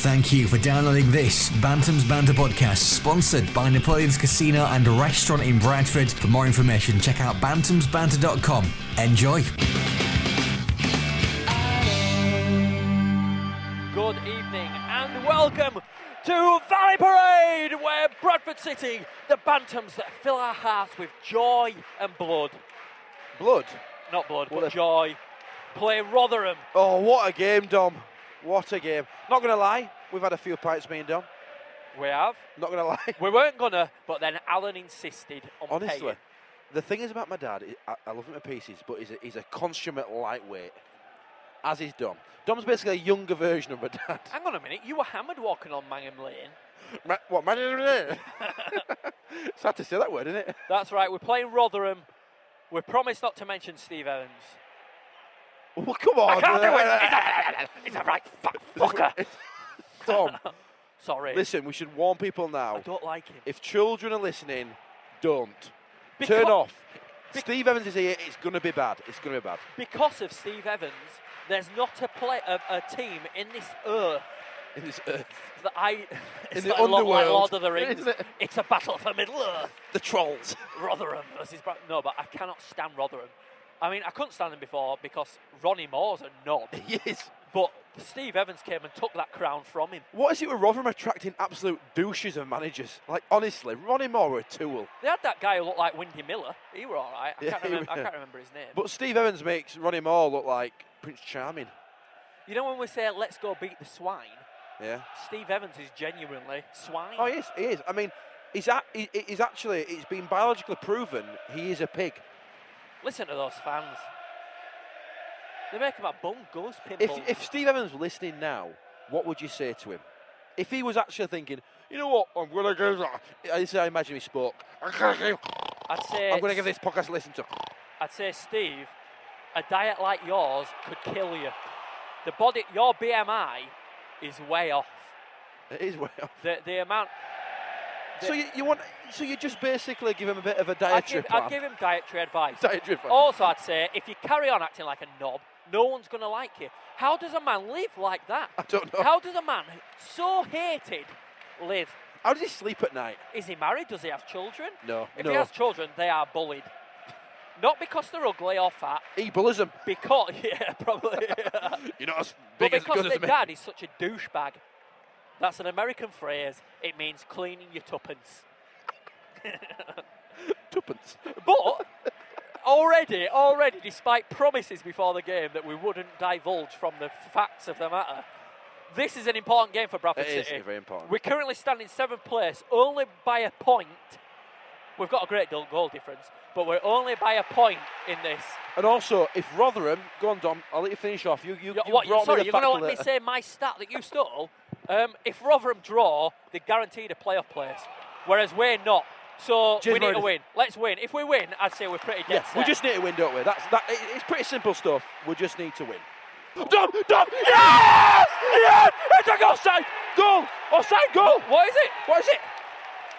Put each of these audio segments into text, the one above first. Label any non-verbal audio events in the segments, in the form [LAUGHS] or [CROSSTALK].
Thank you for downloading this Bantam's Banter podcast, sponsored by Napoleon's Casino and Restaurant in Bradford. For more information, check out bantamsbanter.com. Enjoy. Good evening and welcome to Valley Parade, where Bradford City, the Bantams that fill our hearts with joy and blood, Blood. not blood, What but a- joy, play Rotherham. Oh, what a game, Dom. What a game. Not going to lie, we've had a few pints, me and Dom. We have. Not going to [LAUGHS] lie. We [LAUGHS] weren't gonna, but then Alan insisted on Honestly, paying. the thing is about my dad, I, I love him to pieces, but he's a, he's a consummate lightweight, as is Dom. Dom's basically a younger version of my [LAUGHS] dad. Hang on a minute, you were hammered walking on Mangham Lane. Ma- what, man? [LAUGHS] it's hard to say that word, isn't it? [LAUGHS] That's right, we're playing Rotherham. We promised not to mention Steve Evans. Well, come on. I can't do it! It's a, [LAUGHS] it's a right fuck fucker! [LAUGHS] [LAUGHS] Dom, Sorry, listen, we should warn people I now. don't like him. If children are listening, don't. Because- Turn off. Steve Evans is here. It's going to be bad. It's going to be bad. because of Steve Evans, there's not a play a, a team in this earth in this earth. that I. [LAUGHS] It's the like Lord- like underworld, Lord of the Rings. isn't it? It's a battle for Middle Earth. The trolls. [LAUGHS] Rotherham versus Bra- no, but I cannot stand Rotherham. I mean, I couldn't stand him before because Ronnie Moore's a knob, yes. but Steve Evans came and took that crown from him. What is it with Rotherham attracting absolute douches of managers? Like, honestly, Ronnie Moore a tool. They had that guy who looked like Windy Miller. He were all right. I, Yeah, can't, he remember, I were. can't remember his name. But Steve Evans makes Ronnie Moore look like Prince Charming. you know when we say let's go beat the swine, Yeah. Steve Evans is genuinely swine. Oh, yes, he is. I mean, he's, a, he, he's actually, it's been biologically proven he is a pig. Listen to those fans. They make him a bum goose If, pinball. if Steve Evans were listening now, what would you say to him? If he was actually thinking, you know what, I'm going to give that. I I imagine he spoke. I'm going to give, I'd say I'm gonna give this podcast a listen to. I'd say Steve, a diet like yours could kill you. The body, your BMI is way off. It is well. The the amount. So you, you want? So you just basically give him a bit of a I'd dietary give, plan. I'd give him dietary advice. dietary plan. Also, I'd say if you carry on acting like a knob, no one's going to like you. How does a man live like that? I don't know. How, How does a man so hated live? does he sleep at night? Is he married? Does he have children? No, If no. he has children, they are bullied. Not because they're ugly or fat, He bullies him. because [LAUGHS] yeah, [LAUGHS] probably. You're not as but big as because good their as me. dad is such a douchebag. That's an American phrase. It means cleaning your tuppence. Tuppence. But already, already, despite promises before the game that we wouldn't divulge from the facts of the matter, this is an important game for Bradford It is City. very important. We're currently standing seventh place, only by a point. We've got a great goal- goal difference, but we're only by a point in this. and also, if Rotherham, go on, Dom. I'll let you finish off. You, you, You're, you what, you're, brought sorry, me you're the going to fact let me that- say my stat that you stole? Um, if Rotherham draw, they're guaranteed a playoff place, whereas we're not. So Cheers, we need to Meredith. win. Let's win. If we win, I'd say we're pretty dead Yeah, set. we just need to win, don't we? That's that. It, it's pretty simple stuff. We just need to win. Dom, Dom, yes, yes! It's a goal, side goal, offside goal. What is it? What is it?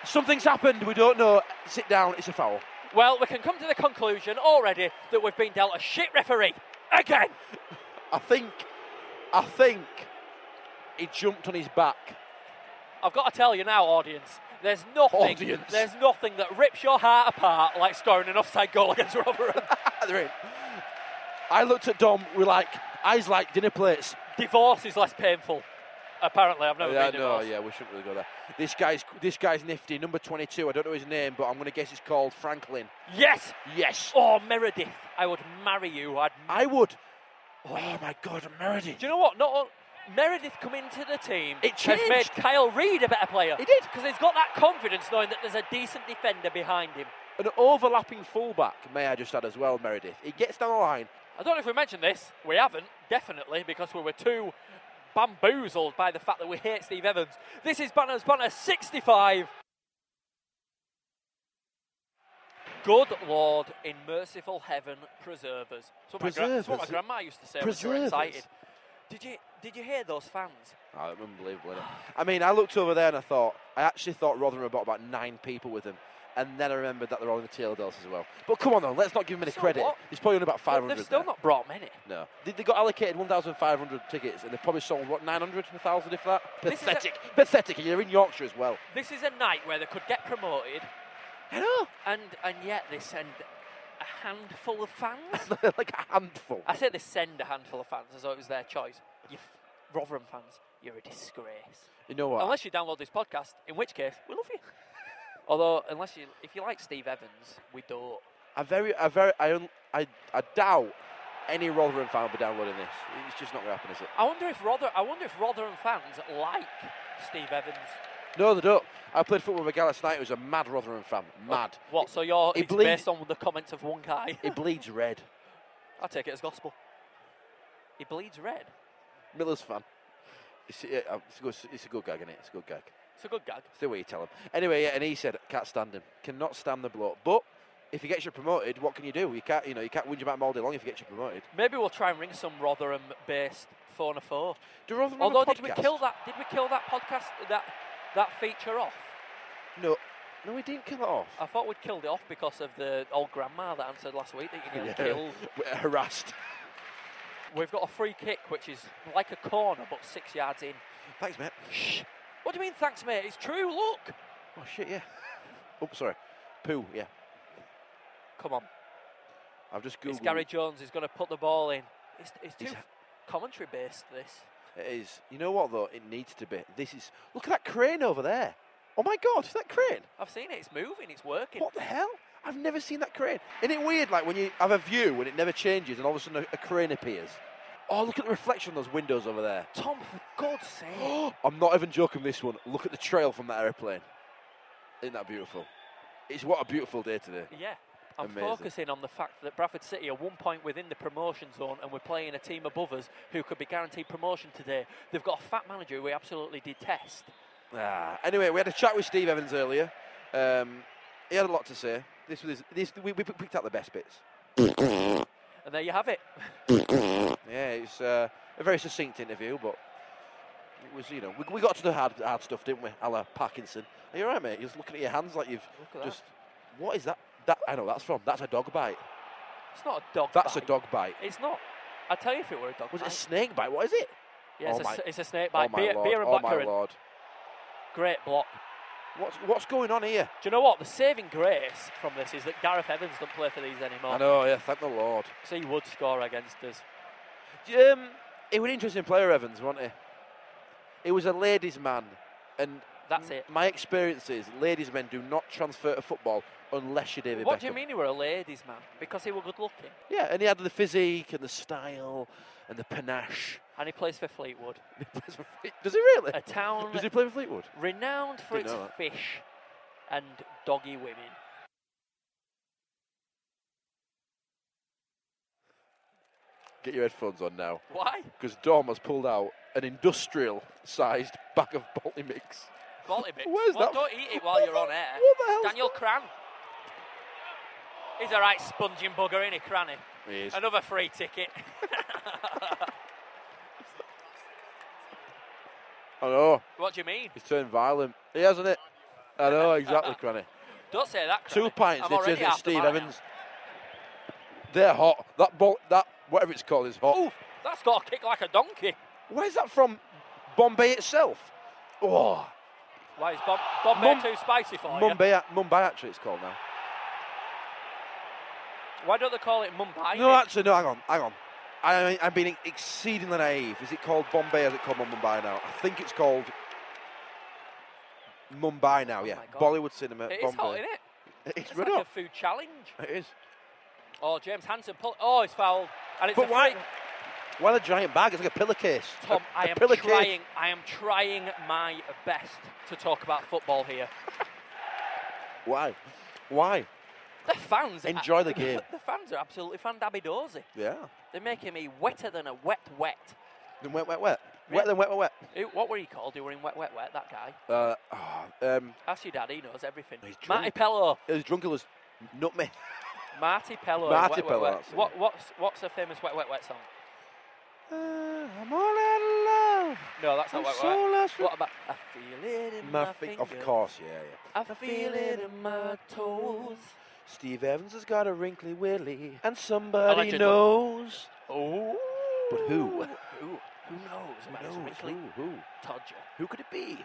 Something's happened. We don't know. Sit down. It's a foul. Well, we can come to the conclusion already that we've been dealt a shit referee again. I think, I think he jumped on his back. [LAUGHS] I've got to tell you now, audience. There's nothing. Audience. There's nothing that rips your heart apart like scoring an offside goal against [LAUGHS] Rotherham. They're in. I looked at Dom with like eyes like dinner plates. Divorce is less painful. Apparently, I've never been no, divorced. yeah, we shouldn't really go there. This guy's this guy's nifty, number 22. I don't know his name, but I'm gonna guess it's called Franklin. Yes. Yes, Oh, Meredith, I would marry you. I'd. I would. Oh my God, Meredith. Do you know what? Not all... Meredith coming to the team It has made changed. Kyle Reid a better player. He did. because he's got that confidence knowing that there's a decent defender behind him. An overlapping fullback, may I just add as well, Meredith. He gets down the line. I don't know if we mentioned this. We haven't, definitely, because we were too bamboozled by the fact that we hate Steve Evans. This is Banner's Banner 65. Good Lord in merciful heaven, preserve us. So my, gra- that's what my Preserve us? grandma used to say when she was Preserve us? excited. Did you, did you hear those fans? Oh, unbelievable. innit? I mean, I looked over there and I thought, I actually thought Rotherham had got about nine people with them. and then I remembered that they're all in the tail delts as well. But come on, though, let's not give him any So credit. what? He's probably on about But 500. They've still there. not brought many. No. They, they got allocated 1,500 tickets and they probably sold, what, 900, 1,000 if that? This is a- Pathetic. Pathetic. And you're in Yorkshire as well. This is a night where they could get promoted, I know. and and yet they send a handful of fans. [LAUGHS] like a handful. I say they send a handful of fans as though it was their choice. You f- Rotherham fans, you're a disgrace. You know what? Unless you download this podcast, in which case we love you. Although, unless you, if you like Steve Evans, we don't. I very, I very, I, un, I, I doubt any Rotherham fan will be downloading this. It's just not going to happen, is it? I wonder if Rother, I wonder if Rotherham fans like Steve Evans. No, they don't. I played football with a guy last night who was a mad Rotherham fan. Mad. What? So you're he it's bleed- based on the comments of one guy. It bleeds red. [LAUGHS] I take it as gospel. He bleeds red. Miller's fan. It's, yeah, uh, it's, a, good, it's a good gag, innit? It's a good gag. It's a good gag. It's the way you tell him. Anyway, yeah, and he said, can't stand him. Cannot stand the bloke. But if he gets you promoted, what can you do? You can't, you know, you can't whinge about him all day long if he gets you promoted. Maybe we'll try and ring some Rotherham-based phone a four. Do Rotherham Although, have a did we podcast? kill that? Did we kill that podcast? That that feature off? No, no, he didn't kill it off. I thought we'd killed it off because of the old grandma that answered last week that you nearly Yeah. killed. [LAUGHS] We're harassed. We've got a free kick, which is like a corner, but six yards in. Thanks, mate. Shh. What do you mean, thanks, mate? It's true. Look. Oh shit, yeah. Oh, sorry. Poo, yeah. Come on. I've just googled. It's Gary Jones. He's going to put the ball in. It's, it's He's too ha- commentary based. This. It is. You know what though? It needs to be. This is. Look at that crane over there. Oh my god, is that crane? I've seen it. It's moving. It's working. What the hell? I've never seen that crane. Isn't it weird? Like when you have a view and it never changes, and all of a sudden a, a crane appears. Oh, look at the reflection of those windows over there. [GASPS] Tom, for God's sake. I'm not even joking. This one. Look at the trail from that airplane. Isn't that beautiful? It's what a beautiful day today. yeah. I'm Amazing. focusing on the fact that Bradford City are one point within the promotion zone and we're playing a team above us who could be guaranteed promotion today. They've got a fat manager who we absolutely detest. Ah, anyway, we had a chat with Steve Evans earlier. Um, he had a lot to say. This was this. We, we picked out the best bits. And there you have it. [LAUGHS] Yeah, it's uh, a very succinct interview, but it was you know we, we got to the hard hard stuff, didn't we? A la Parkinson. Are you alright, mate? You're just looking at your hands like you've Look at just. What is that? That I know that's from. That's a dog bite. that. It's not a dog. That's bite. a dog bite. It's not. I'll tell you if it were a dog Was it bite. a snake bite? What is it? yeah, it's, Oh a, my- s- it's a snake oh bite. my beer, lord! beer and oh my blackcurrant. lord! Great block. What's what's going on here? Do you know what? The saving grace from this is that Gareth Evans doesn't play for these I anymore. know. Yeah, thank the Lord. So he would score against us. Um, he was an interesting player, Evans, wasn't he? He was a ladies' man, and That's it. My experience is ladies' men do not transfer to football unless you're David What Beckham. do you mean he were a ladies' man? Because he were good looking. Yeah, and he had the physique and the style and the panache. [LAUGHS] And he plays for Fleetwood, He plays for Fleet- Does he really? a town Does he play with Fleetwood? renowned for Didn't its know that. fish and doggy women. Get your headphones on now, Why? because Dom has pulled out an industrial-sized bag of Balti mix. Bolly bits. [LAUGHS] Where's well, that- Don't eat it [LAUGHS] while you're on air. What the hell? Daniel Cran. He's a right sponging bugger, isn't he, Cranny? He is. Another free ticket. I know. what do you mean? He's turned violent. He hasn't it. I know exactly, Cranny. Don't say that. Two Cranny. [LAUGHS] pints. I'm It already is it, half the man Steve now. Evans. They're hot. That ball, that whatever it's called, is hot. Oof, that's got a kick like a donkey. Where's that from? Bombay itself. Oh, Why is Bob, Bombay Mum- too spicy for you? Mumbai, Mumbai actually it's called now. Why don't they call it Mumbai? No, actually, no. Hang on, hang on. I, I'm being exceedingly naive. Is it called Bombay? Or is it called Mumbai now? I think it's called Mumbai now. Yeah, Oh my God. Bollywood cinema. it is Bombay. hot, isn't it? It is It's red like a hot. food challenge. It is. Oh, James Hanson pull. Oh, he's fouled. And it's But a why? free- Why the giant bag? It's like a pillowcase. A- Tom, a I am pillowcase. trying. I am trying my best to talk about football here. Why? Why? The fans are- [LAUGHS] Enjoy the game. the fans are absolutely fandabidozy. Yeah. They're making me wetter than a wet wet. Then wet, wet, wet. Yeah. Wet, then wet, wet, wet. Who- What were he called? Who were in wet wet wet? That guy. Uh, oh, um, Ask your dad. He knows everything. He's drunk. Marty Pello. it was drunk as nut [LAUGHS] me. Marty Pello. in Marty Wet Wet Pello, Wet. that's it. What, what's what's a famous wet wet wet song? Uh, I'm all out of love. love. No, that's I'm not what so lost What about I feel it in my, my feet. finger. Of course, yeah, yeah. I feel it in my toes. Steve Evans has got a wrinkly willy, and I somebody like Jed knows. Oh. But who? Who? Who knows? about his Knows wrinkly who? Who? Todger. Who could it be?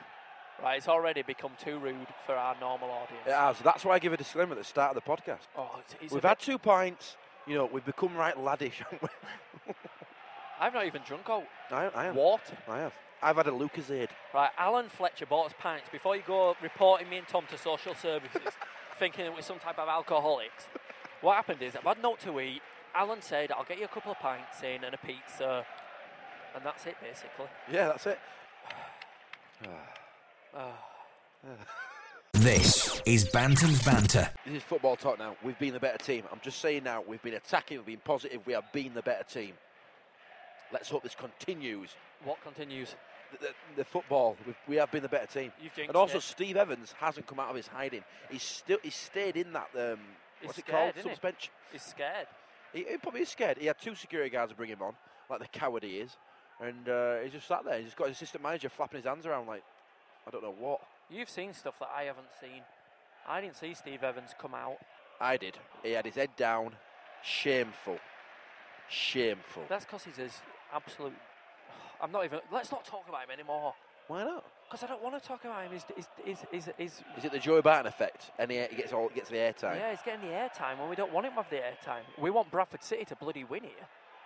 Right, it's already become too rude for our normal audience. It has. Ah, That's why I give a disclaimer at the start of the podcast. Oh, it's, it's a we've bit- had two pints. You know, we've become right laddish, [LAUGHS] haven't we? I've not even drunk all I, I have. water. I have. I've had a Lucasade. Right, Alan Fletcher bought us pints. Before you go reporting me and Tom to social [LAUGHS] services, thinking that we're some type of alcoholics, what happened is I've had not to eat. Alan said, I'll get you a couple of pints in and a pizza. And that's it, basically. Yeah, that's it. This is Bantam's Banter. This is football talk now. We've been the better team. I'm just saying now, we've been attacking, we've been positive, we have been the better team. Let's hope this continues. What continues? The, the, the football, we've, we have been the better team. You've jinxed And also, it. Steve Evans hasn't come out of his hiding. He's still he's stayed in that um, He's what's it scared, called isn't he? suspension. He's scared. He, he probably is scared. He had two security guards to bring him on, like the coward he is, and uh, he's just sat there. He's just got his assistant manager flapping his hands around like I don't know what. You've seen stuff that I haven't seen. I didn't see Steve Evans come out. I did. He had his head down. Shameful. Shameful. That's because he's his absolute. I'm not even. Let's not talk about him anymore. Why not? Because I don't want to talk about him. He's, he's, he's, he's, he's, Is it the Joey Barton effect? And he, he gets all gets the airtime. yeah, he's getting the airtime when we don't want him to have the airtime. We want Bradford City to bloody win here.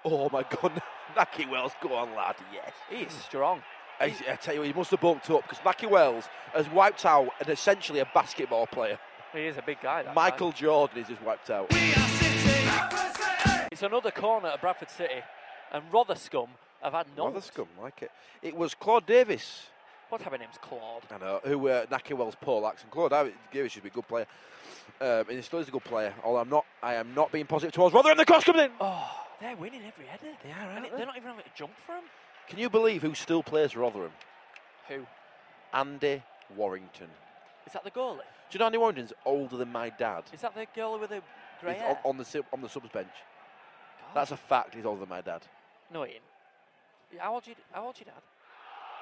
Oh my [LAUGHS] God, Naki Wells, go on lad, yes. He is strong. I, I tell you, he must have bumped up because Naki Wells has wiped out an essentially a basketball player. He is a big guy. That Michael Jordan is just wiped out. guy. It's another corner at Bradford City, and Rothercum have had none. Rather scum like it. It was Claude Davis, What's happening? Name's Claude. I know, who uh, Naki Wells poor lacks, and Claude Davis Davis should be a good player. Um, and he still is a good player. Although I'm not, I am not being positive towards. Rather, the cross comes in. Oh, they're winning every header. They are, And aren't it- they? they're not even having to jump for him. Can you believe who still plays for Rotherham? Who? Andy Warrington. Is that the goalie? Do you know Andy Warrington's older than my dad? Is that the girl with the grey He's on, hair? on the sub- on the subs bench. God. That's a fact. He's older than my dad. No, Ian. How old's your, how old's your dad?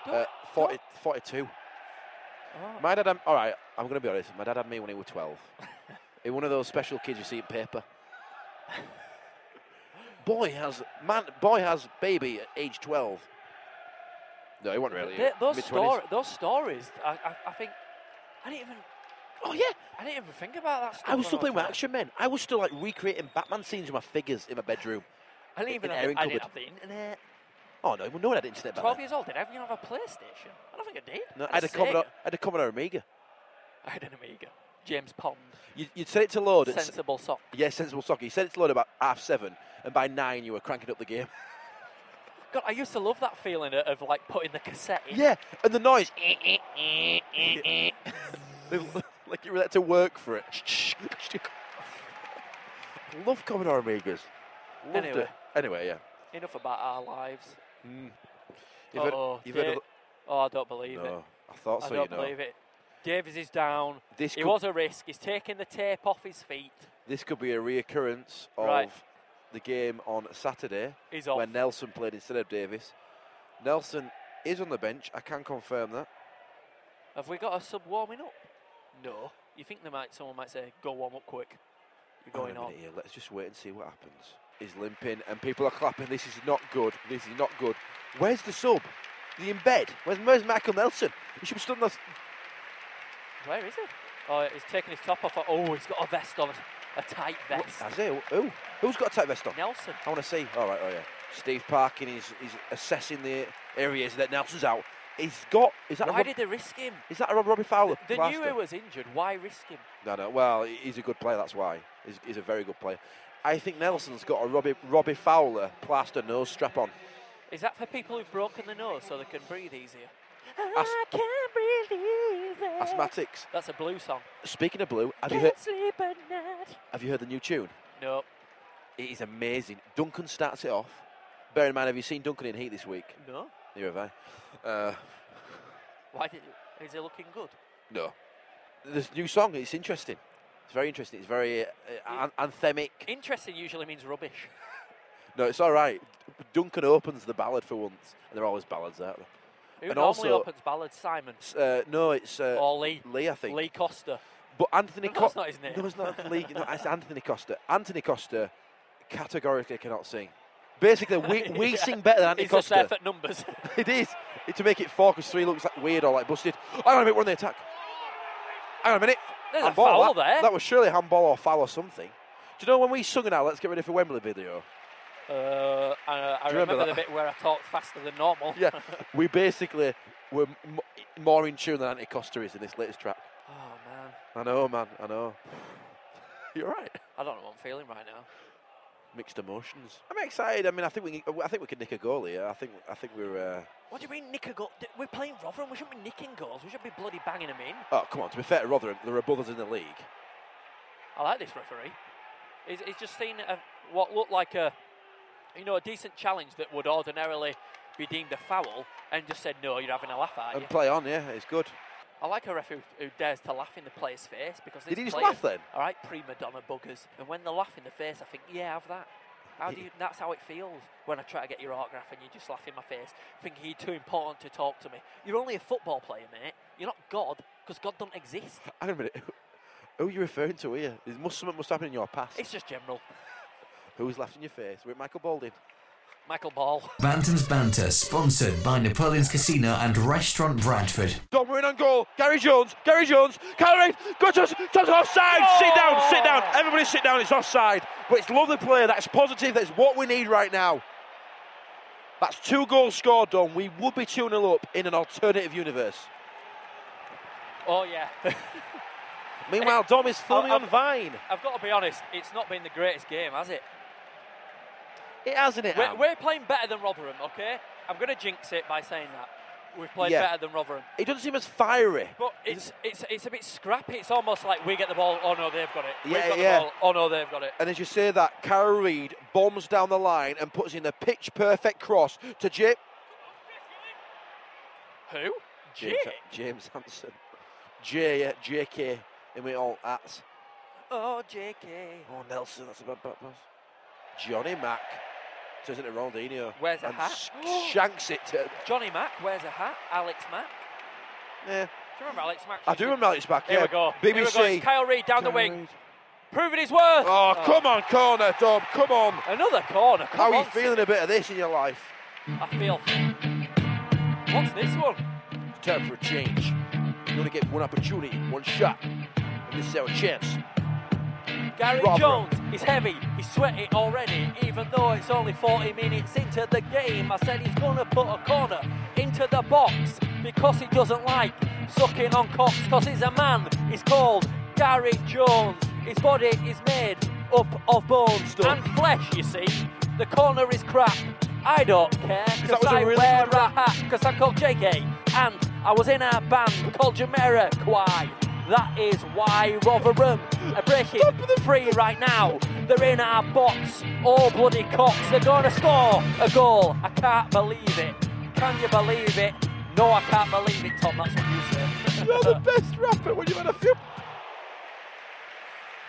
Don't- Uh, 40, don't- Oh, 42. My dad. had- all right. I'm going to be honest. My dad had me when he was 12. [LAUGHS] he one of those special kids you see in paper. boy has man. Boy has baby at age 12. No, he wasn't really. th- those, mid-twenties. stor- those stories, I, I, I think, I didn't even, Oh yeah. I didn't even think about that. Stuff I was when still playing with was Action Men. I was still like recreating Batman scenes with my figures in my bedroom. young. I didn't even in have, Erin the- I didn't Cupboard. have the internet. Oh no, no one had internet back Twelve then. years old, did I even have a PlayStation? I don't think I did. No, I That's had a sick. Commodore. I had a Commodore Amiga. [LAUGHS] I had an Amiga. James Pond. You, you'd set it to load. At, s- Sensible sock. Yeah, sensible soccer. You said it's loaded about half seven, and by nine you were cranking up the game. God, I used to love that feeling of, of like putting the cassette in. yeah, and the noise. Eh, [LAUGHS] like you were there to work for it. Love Commodore Amigas. Loved Anyway. it. Anyway, yeah. Enough about our lives. You've heard- Uh-oh, you've heard Oh, yeah. of- Oh, I don't believe it. no, I thought I so. don't you know. believe it. Davies is down. This It could, was a risk. He's taking the tape off his feet. this could be a reoccurrence of Right. the game on Saturday He's off. when Nelson played instead of Davis. Nelson is on the bench. I can confirm that. Have we got a sub warming up? No. You think they might? Someone might say, "Go warm up quick." You're going Hang on a on. minute here, Let's just wait and see what happens. He's limping and people are clapping. This is not good. This is not good. Where's the sub? The in bed. Where's, where's Michael Nelson? He should be stood on the. Where is he? Oh, he's taking his top off. Oh, he's got a vest on, a tight vest. That's it. Who? Who's got a tight vest on? Nelson. I want to see. All right. Oh yeah. Steve Parkin is is assessing the areas that Nelson's out. He's got. Is that a Why Rob, did they risk him? is that a Rob, Robbie Fowler? They knew plaster? he was injured. Why risk him? No, no. Well, he- he's a good player. That's why. He's, he's a very good player. I think Nelson's got a Robbie Robbie Fowler plaster nose strap on. Is that for people who've broken the nose so they can breathe easier? As- I can't believe it. Asthmatics. That's a blue song. Speaking of blue, have you Can't heard? sleep at night. Have you heard the new tune? No, It is amazing. Duncan starts it off. Bear in mind, have you seen Duncan in heat this week? no. Here have I. Uh, Why did? Is he looking good? no. This new song, it's interesting. It's very interesting. It's very uh, uh, an- anthemic. Interesting usually means rubbish. No, it's all right. Duncan opens the ballad for once, and they're always ballads, aren't they? Who And normally also- opens ballads? Simon It's, uh, no, it's uh, or Lee? Lee, I think. Lee Costa. But Anthony No, Co- that's not his name. No, it's not Anthony Lee. No, it's Anthony Costa. Anthony Costa categorically cannot sing. Basically, we, [LAUGHS] we Yeah. sing better than Anthony He's just there Costa. for numbers. [LAUGHS] It is. It, to make it four, because three looks like weird or like busted. Hang on a minute, we're on the attack. Hang on a minute. There's a handball, foul that, there. That was surely handball or foul or something. Do you know when we sung in our Let's Get Ready for Wembley video? Uh, I, I Do you remember remember, the that? bit where I talked faster than normal. [LAUGHS] Yeah. we basically were m- more in tune than Anthony Costa is in this latest track. Oh man, I know, man. I know. [LAUGHS] You're right. I don't know what I'm feeling right now. Mixed emotions. I'm excited. I mean, I think we, can- I think we could nick a goal here. I think, I think we're. Uh, What do you mean, nick a goal? D- We're playing Rotherham. We shouldn't be nicking goals. We should be bloody banging them in. oh, come on. To be fair to Rotherham, there are brothers in the league. I like this referee. He's, he's just seen a, what looked like a, you know, a decent challenge that would ordinarily be deemed a foul, and just said, "No, you're having a laugh at you." And play on, yeah, it's good. I like a referee who dares to laugh in the player's face because Did these he just players laugh then? All right, prima donna buggers, and when they laugh in the face, I think, yeah, have that. How do you? That's how it feels when I try to get your autograph and you just laugh in my face, thinking you're too important to talk to me. You're only a football player, mate. You're not God, because God don't exist. Hang on a minute. [LAUGHS] Who are you referring to here? There's must, something must happen in your past. It's just general. Who's laughed in your face? Was it Michael Baldwin? Michael Ball. Bantam's Banter, sponsored by Napoleon's Casino and Restaurant Bradford. Don Marine on goal. Gary Jones. Gary Jones. Carried. Go to Jones offside. Sit down. Sit down. Everybody sit down. It's offside. But it's lovely play. That's positive. That's what we need right now. That's two goals scored, Don. We would be 2 0 up in an alternative universe. [LAUGHS] Oh yeah. Meanwhile, Dom is filming I- on Vine. I've got to be honest. It's not been the greatest game, has it? It hasn't it? We're, Am? we're playing better than Rotherham, okay? I'm going to jinx it by saying that. We've played Yeah. better than Rotherham. It doesn't seem as fiery. But it's, it's it's a bit scrappy. It's almost like we get the ball. Oh no, they've got it. We've Yeah, got yeah. The ball, oh no, they've got it. And as you say that, Carol Reed bombs down the line and puts in a pitch perfect cross to J- Who? Jake. James, James Hanson. J, yeah, JK, and we all at. Oh, J.K. Oh, Nelson, that's a bad back pass. Johnny Mack turns into Ronaldinho. Where's the and hat? sh- [GASPS] shanks it to. Johnny Mack wears a hat. Alex Mack. Yeah, Do you remember Alex Mack? I do remember it's back. Here yeah. we go. BBC. Here we go. It's Kyle Reid down the Carol wing, Reed. proving his worth. Oh, come on, corner, Dom. Come on. Another corner. Come How are on, you feeling a bit of this in your life? I feel. What's this one? It's time for a change. You only get one opportunity, one shot, and this is our chance. Gary Rotherham. Jones is heavy, he's sweaty already, even though it's only 40 minutes into the game. I said he's gonna put a corner into the box because he doesn't like sucking on cocks, because he's a man, he's called Gary Jones. His body is made up of bones Stuff. and flesh, you see. The corner is crap. I don't care, that because was a I really wear good a hat, because I'm called JK, and I was in a band called Jamera Kwai. That is why Rotherham are breaking free right now. They're in our box, all bloody cocks. They're going to score a goal. I can't believe it. Can you believe it? No, I can't believe it, Tom. That's what you You're the said. [LAUGHS] best rapper when you've had a few.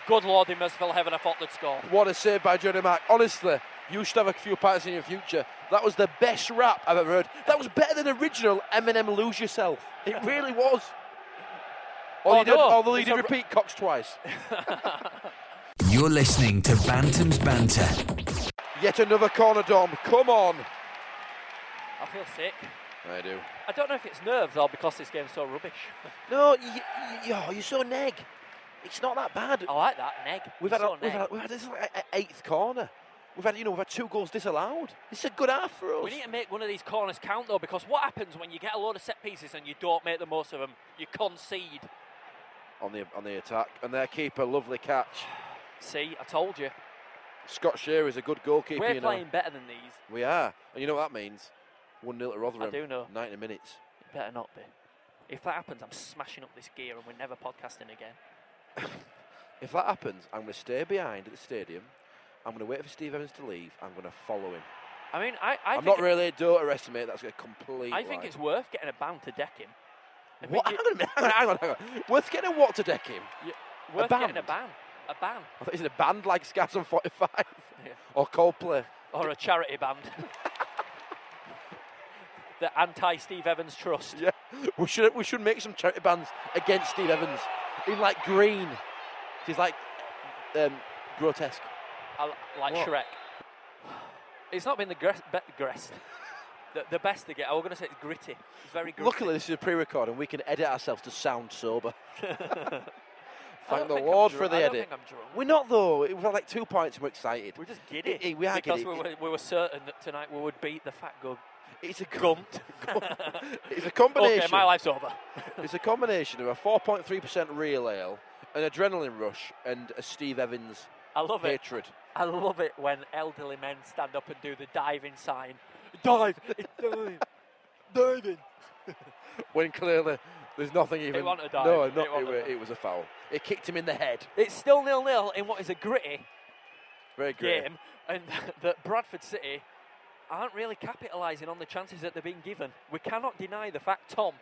Good Lord in merciful heaven, I thought they'd score. What a save by Johnny Mack. Honestly, you should have a few parts in your future. That was the best rap I've ever heard. That was better than original Eminem Lose Yourself. It really was. Although, Oh, you did, no. although you It's did a r- repeat Cox twice. You're listening to Bantam's Banter. Yet another corner, Dom. Come on. I feel sick. I do. I don't know if it's nerves or because this game's so rubbish. No, you, you, oh, you're so neg. It's not that bad. I like that, Neg. We've had, a, Oh, so neg. we've, had, we've had this is like an eighth corner. We've had, you know, we've had two goals disallowed. This is a good half for us. We need to make one of these corners count though, because what happens when you get a load of set pieces and you don't make the most of them? You concede. on the on the attack, and their keeper, lovely catch. See, I told you. Scott Shearer is a good goalkeeper. We're you know. playing better than these. We are. And you know what that means? 1 0 to Rotherham. do know. 90 minutes. It better not be. If that happens, I'm smashing up this gear and we're never podcasting again. If that happens, I'm going to stay behind at the stadium. I'm going to wait for Steve Evans to leave. I'm going to follow him. I mean, I, I I am think, not really, don't overestimate. That's a complete. I think lie. [LAUGHS] it's worth getting a ban to deck him. I think What? Hang it- on, a minute, hang on, hang on. Worth getting a what to deck him? worth getting a band? ban. A ban. I thought he's in a band like Scats on 45 Yeah. [LAUGHS] or Coldplay. Or a charity band. the anti Steve Evans trust. Yeah, we should we should make some charity bands against Steve Evans in like green. He's like um, grotesque. I l- like What? Shrek. It's not been the gres- be- grest. The, the best to get. I was going to say it's gritty. It's very gritty. Luckily, this is a pre-record, and we can edit ourselves to sound [LAUGHS] sober. [LAUGHS] I Thank don't the think I'm Lord drunk- for the I don't edit. think I'm drunk. We're not though. We've had like two points, and we're excited. We're just giddy. I- I- we are because giddy. We, were, we were certain that tonight we would beat the fat gub. It's a com- [LAUGHS] [LAUGHS] Gunt. it's a okay, combination. my life's over. It's a combination of a 4.3% real ale, an adrenaline rush, and a Steve Evans I love it. hatred. I love it when elderly men stand up and do the diving sign. [LAUGHS] Dive! It's diving! diving! When clearly there's nothing even. wasn't a dive, No, it not, it, wasn't a wa- dive. it was a foul. It kicked him in the head. It's still nil nil in what is a gritty Very great. game, and [LAUGHS] that Bradford City aren't really capitalising on the chances that they're being given. We cannot deny the fact, Tom,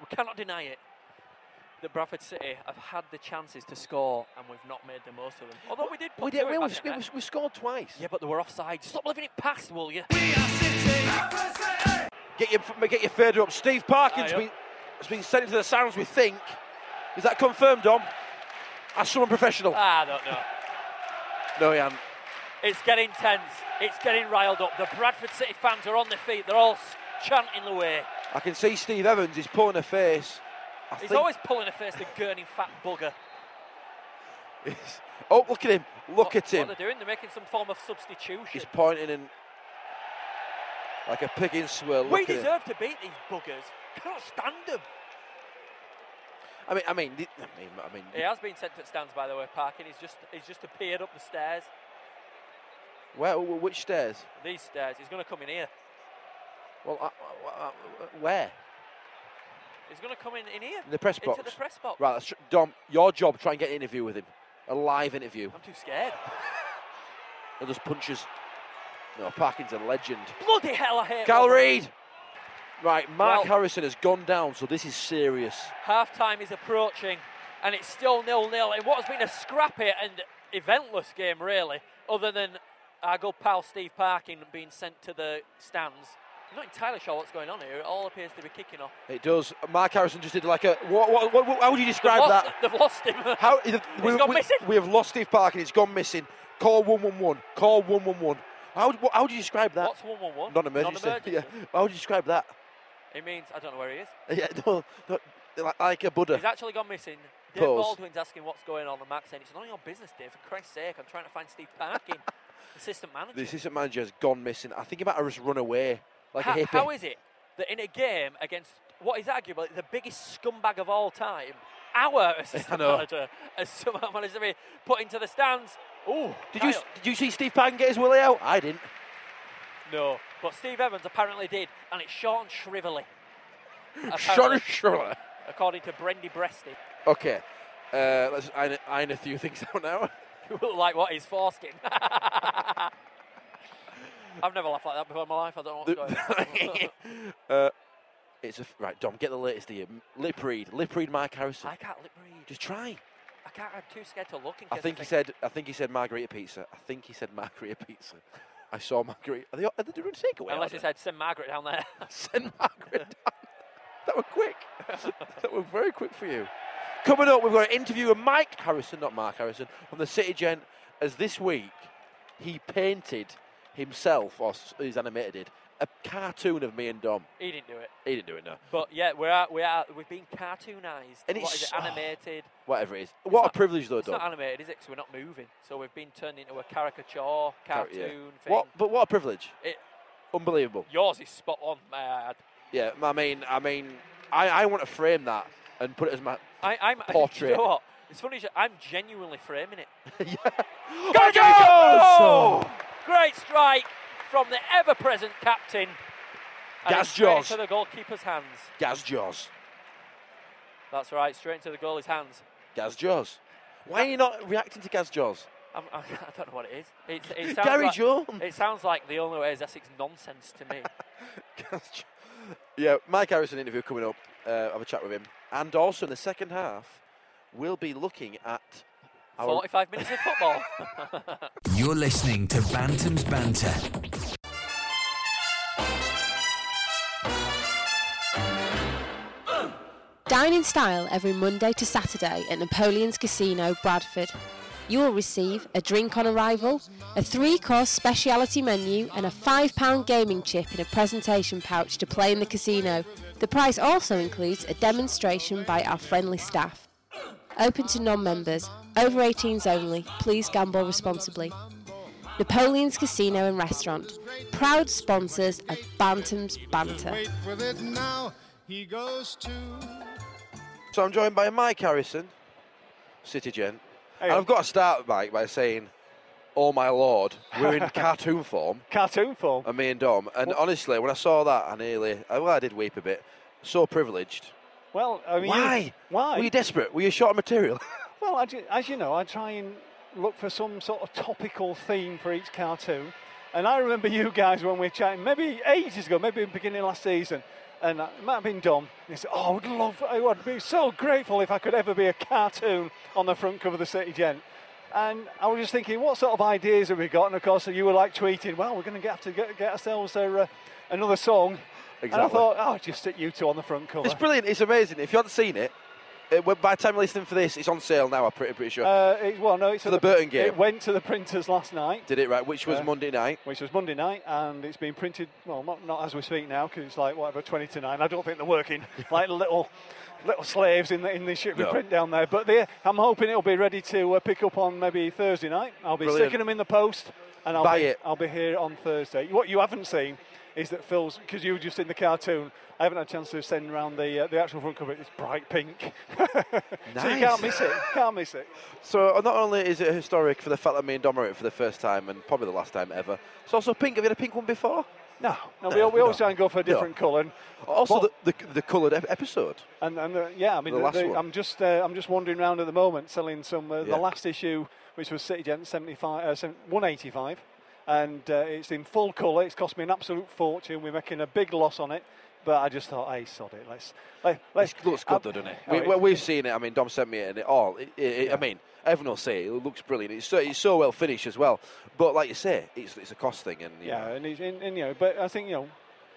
we cannot deny it, that Bradford City have had the chances to score and we've not made the most of them. Although we did put We two did. in We, we, back in we, net. we scored twice. Yeah, but they were offside. Stop living it past, will you? Get your f- get your further up. Steve Parkins Aye, up. been, has been sent into the sounds. We think. Is that confirmed, Dom? As someone professional. Ah, I don't know. No, Ian. It's getting tense. It's getting riled up. The Bradford City fans are on their feet. They're all s- chanting the way. I can see Steve Evans is pulling a face. I He's think always pulling a face, the gurning fat bugger. he's- oh, look at him! Look What- at him! What they're doing? They're making some form of substitution. He's pointing and like a pig in swirl. we Look at him. deserve to beat these buggers. Cannot stand them. I mean, I mean, the- I mean, I mean. He has been sent at stands, by the way, Parkin. He's just he's just appeared up the stairs. Where? wh- Which stairs? These stairs. He's going to come in here. Well, I, I, I- where? He's going to come in, in here. In the press into box. the press box. Right, that's tr- Dom. Your job. Try and get an interview with him. A live interview. I'm too scared. And just punches. No, Parkins a legend. Bloody hell, I [LAUGHS] hate Cal Rotherham. Reed. Right, Mark Well- Harrison has gone down, so this is serious. Half time is approaching, and it's still nil nil. In what has been a scrappy and eventless game, really, other than our good pal Steve Parkin being sent to the stands. I'm not entirely sure what's going on here. It all appears to be kicking off. It does. Mark Harrison just did like a. What, what, what, how would you describe they've, that? lost, they've lost him. How we, gone we, missing. we have lost Steve Parkin. He's gone missing. Call one one one. Call one one one. How would- how do you describe that? What's 1 1 1? Non-emergency. [LAUGHS] Yeah. How would you describe that? It means I don't know where he is. Yeah, no, no, like, like a Buddha. He's actually gone missing. Dave Pause. Baldwin's asking what's going on, and Mark's saying, It's none of your business, Dave. For Christ's sake, I'm trying to find Steve Parkin, [LAUGHS] assistant manager. the assistant manager has gone missing. I think he might have just run away like How- a hippie. how is it that in a game against what is arguably the biggest scumbag of all time, [LAUGHS] our assistant know. manager has somehow managed to be put into the stands? Oh, did you s- did you see Steve Parkin get his willy out? I didn't. No, but Steve Evans apparently did, and it's Sean [LAUGHS] Shrivelly. Sure, [LAUGHS] apparently, sure. according to Brendy Bresty, Okay, uh, let's iron, iron a few [LAUGHS] things out now. who looked [LAUGHS] like what his foreskin. [LAUGHS] I've never laughed like that before in my life. I don't know [LAUGHS] what's going [LAUGHS] on. uh, it's a f- right, Dom. Get the latest of you. Lip read, lip read Mark Harrison. I can't lip read. Just try. I can't. I'm too scared to look. In I case think he said. I think he said margarita pizza. I think he said [LAUGHS] margarita pizza. I saw margarita. Are they, are they doing takeaway? Unless are he said St Margaret down there. [LAUGHS] send margarita. [LAUGHS] down. that were quick. [LAUGHS] that were very quick for you. Coming up, we've got an interview with Mike Harrison, not Mark Harrison, on the City Gent. As this week, he painted himself, or s- his animator did, a cartoon of me and Dom. he didn't do it. He didn't do it, no. But yeah, we are we are we've been cartoonized. what And it's- is it? Animated. [SIGHS] Whatever it is. What a not- privilege, though, It's Dom. not animated, is it? Because we're not moving, so we've been turned into a caricature, Car- cartoon yeah. thing. What? But what a privilege. It- Unbelievable. Yours is spot on, may I add. Yeah, I mean, I mean, I, I want to frame that and put it [GASPS] as my. I, I'm [LAUGHS] do You Portrait. know what? It's funny. you- I'm genuinely framing it. yeah. Go, Jimmy Joe! Jones! Great strike from the ever-present captain. And Gaz it's straight Jaws. into the goalkeeper's hands. [GASPS] Gaz Jaws. That's right, straight into the goalie's hands. Gaz Jaws. Why are you not reacting to Gaz Jaws? [LAUGHS] I'm, [LAUGHS] I i do not know what it is. It, it sounds Gary like, Jones. It sounds like the only way is Essex nonsense to me. Gaz Jo- yeah, Mike Harrison interview coming up. Uh, have a chat with him. And also in the second half, we'll be looking at our 45 minutes of football. You're listening to Bantam's Banter. Dine in style every Monday to Saturday at Napoleon's Casino, Bradford. You will receive a drink on arrival, a three course speciality menu, and a £5 gaming chip in a presentation pouch to play in the casino. The prize also includes a demonstration by our friendly staff. Open to non members, over 18s only, please gamble responsibly. Napoleon's Casino and Restaurant, proud sponsors of Bantam's Banter. Wait with it now. He goes to So I'm joined by Mike Harrison, City Gent. Hey. And I've got to start, Mike, by saying, oh my lord, we're [LAUGHS] in cartoon form, Cartoon form. and me and Dom. And honestly, when I saw that, I nearly, I- well, I did weep a bit. So privileged. Well, I mean, you- Why? why? Were you desperate? Were you short of material? well, I ju- as you know, I try and look for some sort of topical theme for each cartoon. And I remember you guys when we were chatting, maybe ages ago, maybe in the beginning of last season, and uh, it might have been Dom. And he said, "Oh, I would love, I would be so grateful if I could ever be a cartoon on the front cover of the City Gent." And I was just thinking, what sort of ideas have we got? And of course, you were like tweeting, "Well, we're going to have to get, get ourselves a, uh, another song." And I Exactly. thought, "Oh, just stick you two on the front cover." It's brilliant. It's amazing. If you hadn't seen it, it went- by the time you're listening for this, it's on sale now. I'm pretty pretty sure. Uh, it, well, no, it's For at the Burton game. It went to the printers last night, Did it right, which was uh, Monday night. which was Monday night, and it's been printed. Well, not, not as we speak now, because it's like whatever twenty to nine. I don't think they're [LAUGHS] working like little little slaves in the in the shipment No. print down there. But they, I'm hoping it'll be ready to uh, pick up on maybe Thursday night. I'll be Brilliant. sticking them in the post, and I'll Buy be, it. I'll be here on Thursday. What you haven't seen is that Phil's because you were just in the cartoon. I haven't had a chance to send round the uh, the actual front cover. It's bright pink, [LAUGHS] so you Nice. can't miss it. Can't miss it. So uh, not only is it historic for the fact that me and Dom are in it for the first time and probably the last time ever, it's also pink. Have you had a pink one before? No, no, we, al- we always try and go for a different colour. And, Also, Well- the, the, the coloured ep- episode. and, and uh, yeah, I mean, The the- last the- one. I'm just uh, I'm just wandering around at the moment selling some uh, Yeah. the last issue, which was City Gent 75, uh, seven- 185, and uh, it's in full colour. It's cost me an absolute fortune. We're making a big loss on it, but I just thought, hey, sod it, let's let, let's It looks uh, good, though, doesn't it? oh, We, it- well, we've seen it. I mean, Dom sent me it, and it all. It, it, it- I mean, everyone will say it, it looks brilliant. It's so, it's so well finished as well. But like you say, it's, it's a cost thing, and you Yeah, know, and, it's, and, and you know, but I think you know,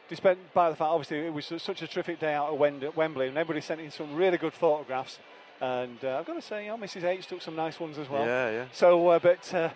despite by the fact obviously it was su- such a terrific day out at Wend- Wembley, and everybody sent in some really good photographs, and uh, I've got to say, you know, Mrs H took some nice ones as well. Yeah, yeah. So, uh, but. Uh,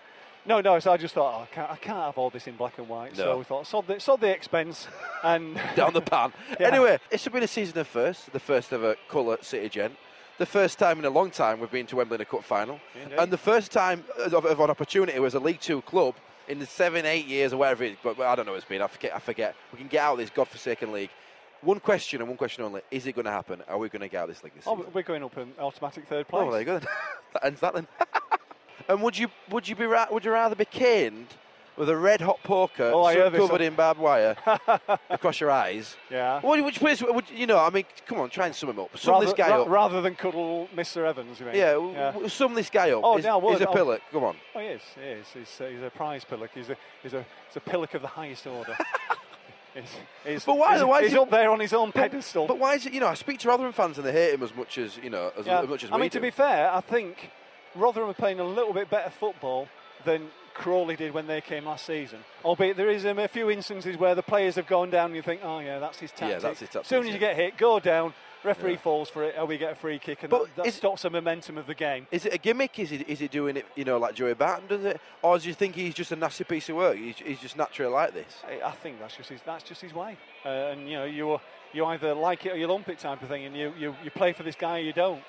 no, no. So I just thought oh, I, can't, I can't have all this in black and white. No. So we thought sod the, sod the expense, and [LAUGHS] [LAUGHS] down the pan. Yeah. Anyway, it's been a season of first, the first ever colour City Gent. The first time in a long time we've been to Wembley in a cup final, Indeed. and the first time of, of an opportunity was a League Two club in the seven, eight years or whatever. It, but but I don't know. It's been. I forget. I forget. We can get out of this godforsaken league. One question and one question only: Is it going to happen? Are we going to get out of this league this oh, season? we're going up in automatic third place. Oh, well, there you go. Then. [LAUGHS] that ends that then. and would you would you be ra- would you rather be caned with a red hot poker Oh, I hear so this. covered in barbed [LAUGHS] wire across your eyes? Yeah. Would, would you please? Would, you know? I mean, come on, try and sum him up. Sum rather, this guy ra- up. rather than cuddle Mr Evans. You mean? yeah, w- w- sum this guy up. Oh, he's, yeah, I would. he's a I'll- pillock. Come on. Oh, he is. He is. He's, uh, he's a prize pillock. He's a, he's a, he's a pillock of the highest [LAUGHS] order. he's, he's, But why- he's, why is he's he- up there on his own pedestal. But why is it? You know, I speak to Rotherham fans and they hate him as much as you know, as, Yeah, as much as I we mean, do. to be fair, I think Rotherham are playing a little bit better football than Crawley did when they came last season. Albeit there is um, a few instances where the players have gone down and you think, oh, yeah, that's his Yeah, tactic. that's his As soon tactics, as you yeah. get hit, go down, referee falls for it, and we get a free kick, and But that, that is- stops the momentum of the game. Is it a gimmick? Is it? Is he doing it? You know, like Joey Barton does it, or do you think he's just a nasty piece of work? He's, he's just naturally like this. I I think that's just his, that's just his way. Uh, and you know, you you either like it or you lump it type of thing, and you you, you play for this guy or you don't.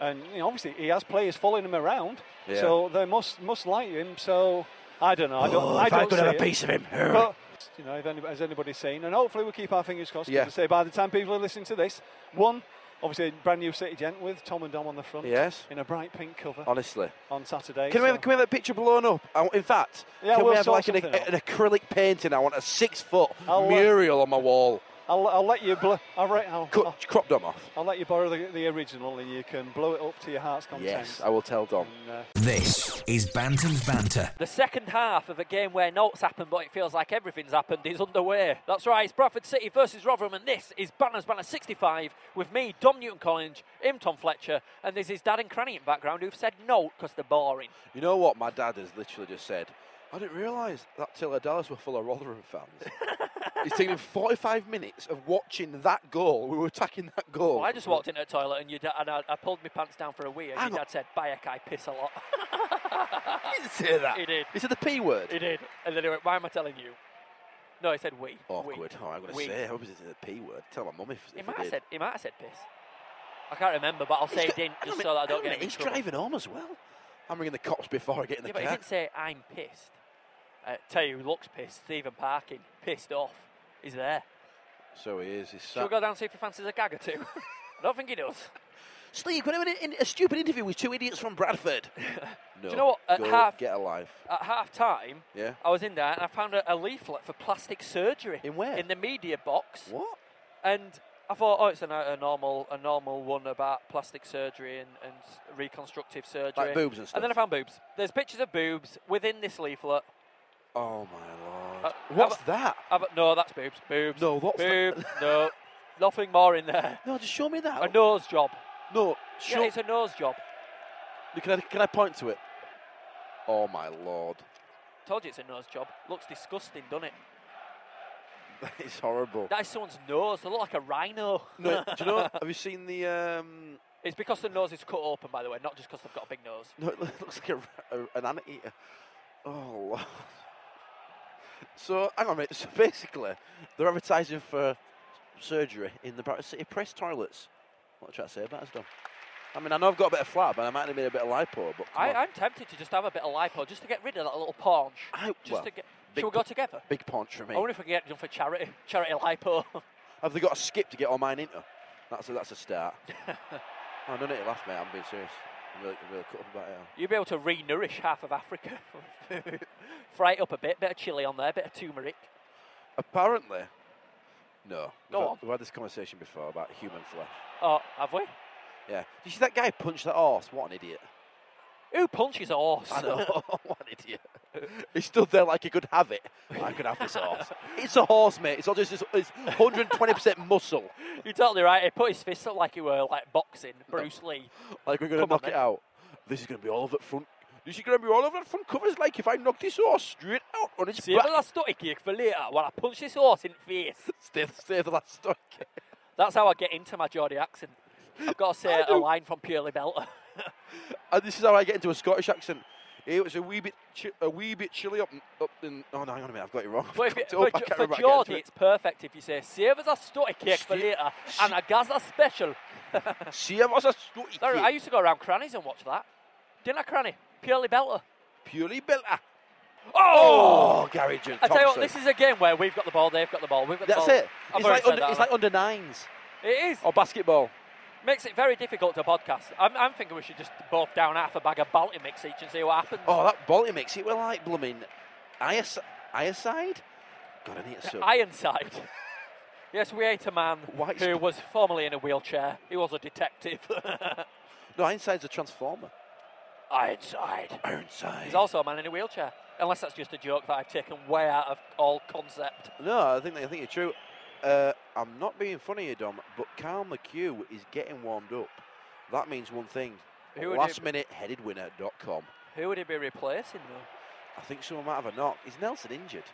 And you know, obviously, he has players following him around, Yeah. so they must must like him. So I don't know. I don't. Oh, I if don't I could have a see it. piece of him. But, you know, if any, has anybody seen? And hopefully, we'll keep our fingers crossed. 'cause Yeah. I say by the time people are listening to this, one. Obviously, a brand new City gent with Tom and Dom on the front. Yes. In a bright pink cover Honestly. on Saturday. Can we, have, so- can we have that picture blown up? I, want- in fact, Yeah, can we we'll have like sort an, something out. an acrylic painting? I want a six foot I'll, uh, mural on my wall. I'll, I'll let you. Bl- I'll, re- I'll, Cut, Oh. I'll- crop them off. I'll let you borrow the, the original and you can blow it up to your heart's content. Yes, I will tell Dom. And, uh, This is Bantam's Banter. The second half of a game where notes happen, but it feels like everything's happened, is underway. That's right, it's Bradford City versus Rotherham, and this is Banners Banner 65 with me, Dom Newton Collins, him, Tom Fletcher, and there's his dad and granny in background who've said no because they're boring. You know [LAUGHS] what? My dad has literally just said. I didn't realise that Tiller Dallas were full of Rotherham fans. It's taken him 45 minutes of watching that goal. We were attacking that goal. Well, I just walked into the toilet and, your da- and I, I pulled my pants down for a wee, and Hang your on. dad said, Bayek, I piss a lot. He didn't say that. He did. [LAUGHS] He said the P word. he did. And then he went, Why am I telling you? No, he said, We. Awkward. Oh, I'm going to We. say. I hope he said the P word. Tell my mum if, He if might, I have did. said, he might have said piss. I can't remember, but I'll say he He's dri- didn't, hang on just a so that I minute, don't hang get on a minute, him in He's trouble. driving home as well. I'm ringing the cops before I get in the Yeah, but he car. didn't say, I'm pissed. Uh, tell you who looks pissed, Stephen Parkin, pissed off. He's there. So he is. He's Shall we sat. go down and see if he fancies a gag or two? [LAUGHS] I don't think he does. Steve, when I'm in a, in a stupid interview with two idiots [LAUGHS] from Bradford. [LAUGHS] no. Do you know what? At Go half- get a life. At half time, Yeah. I was in there and I found a, a leaflet for plastic surgery. In where? In the media box. What? And I thought, oh, it's a, no- a normal, a normal one about plastic surgery and, and s- reconstructive surgery. Like boobs and stuff. And then I found boobs. There's pictures of boobs within this leaflet. oh my lord. Uh, What's have that? I've, no, that's boobs. Boobs. No, what's that? boobs. no, nothing more in there. No, just show me that. A nose job. no, Yeah, show. it's a nose job. can, I, can I point to it? Oh my lord. [LAUGHS] Told you it's a nose job. Looks disgusting, doesn't it? That is horrible. That is someone's nose. They look like a rhino. no, do you know? what? Have you seen the? Um, It's because the nose is cut open, by the way, not just because they've got a big nose. no, it [LAUGHS] looks like a, a, an anteater. Oh. Lord. So hang on a minute. So basically, they're advertising for surgery in the Bradford City Press toilets. What should I say about it? I mean, I know I've got a bit of flab, and I might have made a bit of lipo, but come I, on. I'm tempted to just have a bit of lipo just to get rid of that little paunch. I- just well, to get. big Shall we go p- together? big paunch for me. I wonder if we can get it done for charity. Charity lipo. [LAUGHS] Have they got a skip to get all mine into? That's a, that's a [LAUGHS] start. oh, no need to laugh, mate. I'm being serious. I'm really, I'm really cut up about it. You'll be able to re-nourish half of Africa. [LAUGHS] Fry it up a bit. Bit of chili on there. Bit of turmeric. Apparently, no. Go we've on. Had, we've had this conversation before about human flesh. Oh, have we? Yeah. Did you see that guy punch that horse? What an idiot. Who punches a horse? I know. [LAUGHS] what an idiot. He stood there like he could have it. I could have this horse. [LAUGHS] It's a horse, mate. It's all just it's, it's 120% muscle. [LAUGHS] You're totally right. He put his fist up like he were like boxing, Bruce Lee. Like we're going Come to on, knock it then. out. This is going to be all over front. This is going to be all over the front covers. Like if I knock this horse straight out on its See, back. but that's not a gig for later. When I punch this horse in the face, Stay, stay the last story. [LAUGHS] that's how I get into my Geordie accent. I've got to [LAUGHS] say a line from Purely Belter. And this is how I get into a Scottish accent. It was a wee bit, chi- a wee bit chilly up, and- up in. Oh no, hang on a minute, I've got it wrong. [LAUGHS] [LAUGHS] But if Fucked it, up, for, I Ge- can't for remember how I Geordie, get it's perfect if you say, save us a stotty cake for Sti- later and a Gaza special. into it. See, I was a Scottish Sorry, kid. I used to go around crannies and watch that. Didn't I, Cranny? Purely Belter. purely built. ah, Oh! Oh, Gary Johnson. I tell you what, this is a game where we've got the ball, they've got the ball, we've got That's the ball. it. I've It's already like, said under, that, it's haven't like Oh. under nines I? It is. or basketball. Makes it very difficult to podcast. I'm, I'm thinking we should just both down half a bag of Balti mix each and see what happens. Oh, that volley makes it. Well, like blooming, Iris- Ironside. God, I need a sub. Ironside. [LAUGHS] yes, we ate a man White who sp- was formerly in a wheelchair. He was a detective. [LAUGHS] no, Ironside's a transformer. Ironside. Ironside. He's also a man in a wheelchair. Unless that's just a joke that I've taken way out of all concept. No, I think I think you're true. Uh, I'm not being funny here, Dom, but Carl McHugh is getting warmed up. That means one thing. Who would Last it- minute headed winner.com. Who would he be replacing though? I think someone might have a knock. Is Nelson injured?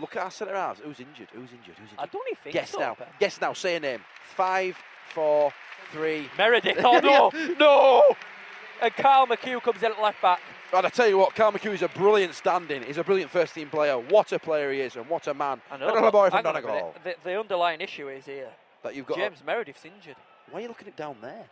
Look at our centre halves. Who's injured? Who's injured? Who's I injured? don't even think Guess so. now. but- Guess now. Say a name. Five, four, three. Meredith. [LAUGHS] Oh no, no! And Carl McHugh comes in at left back. And I tell you what, Carl McHugh is a brilliant standing. He's a brilliant first team player. What a player he is, and what a man. I know. Another boy from hang on a Donegal minute. the, the underlying issue is here. that you've got. James Meredith's injured. Why are you looking at down there,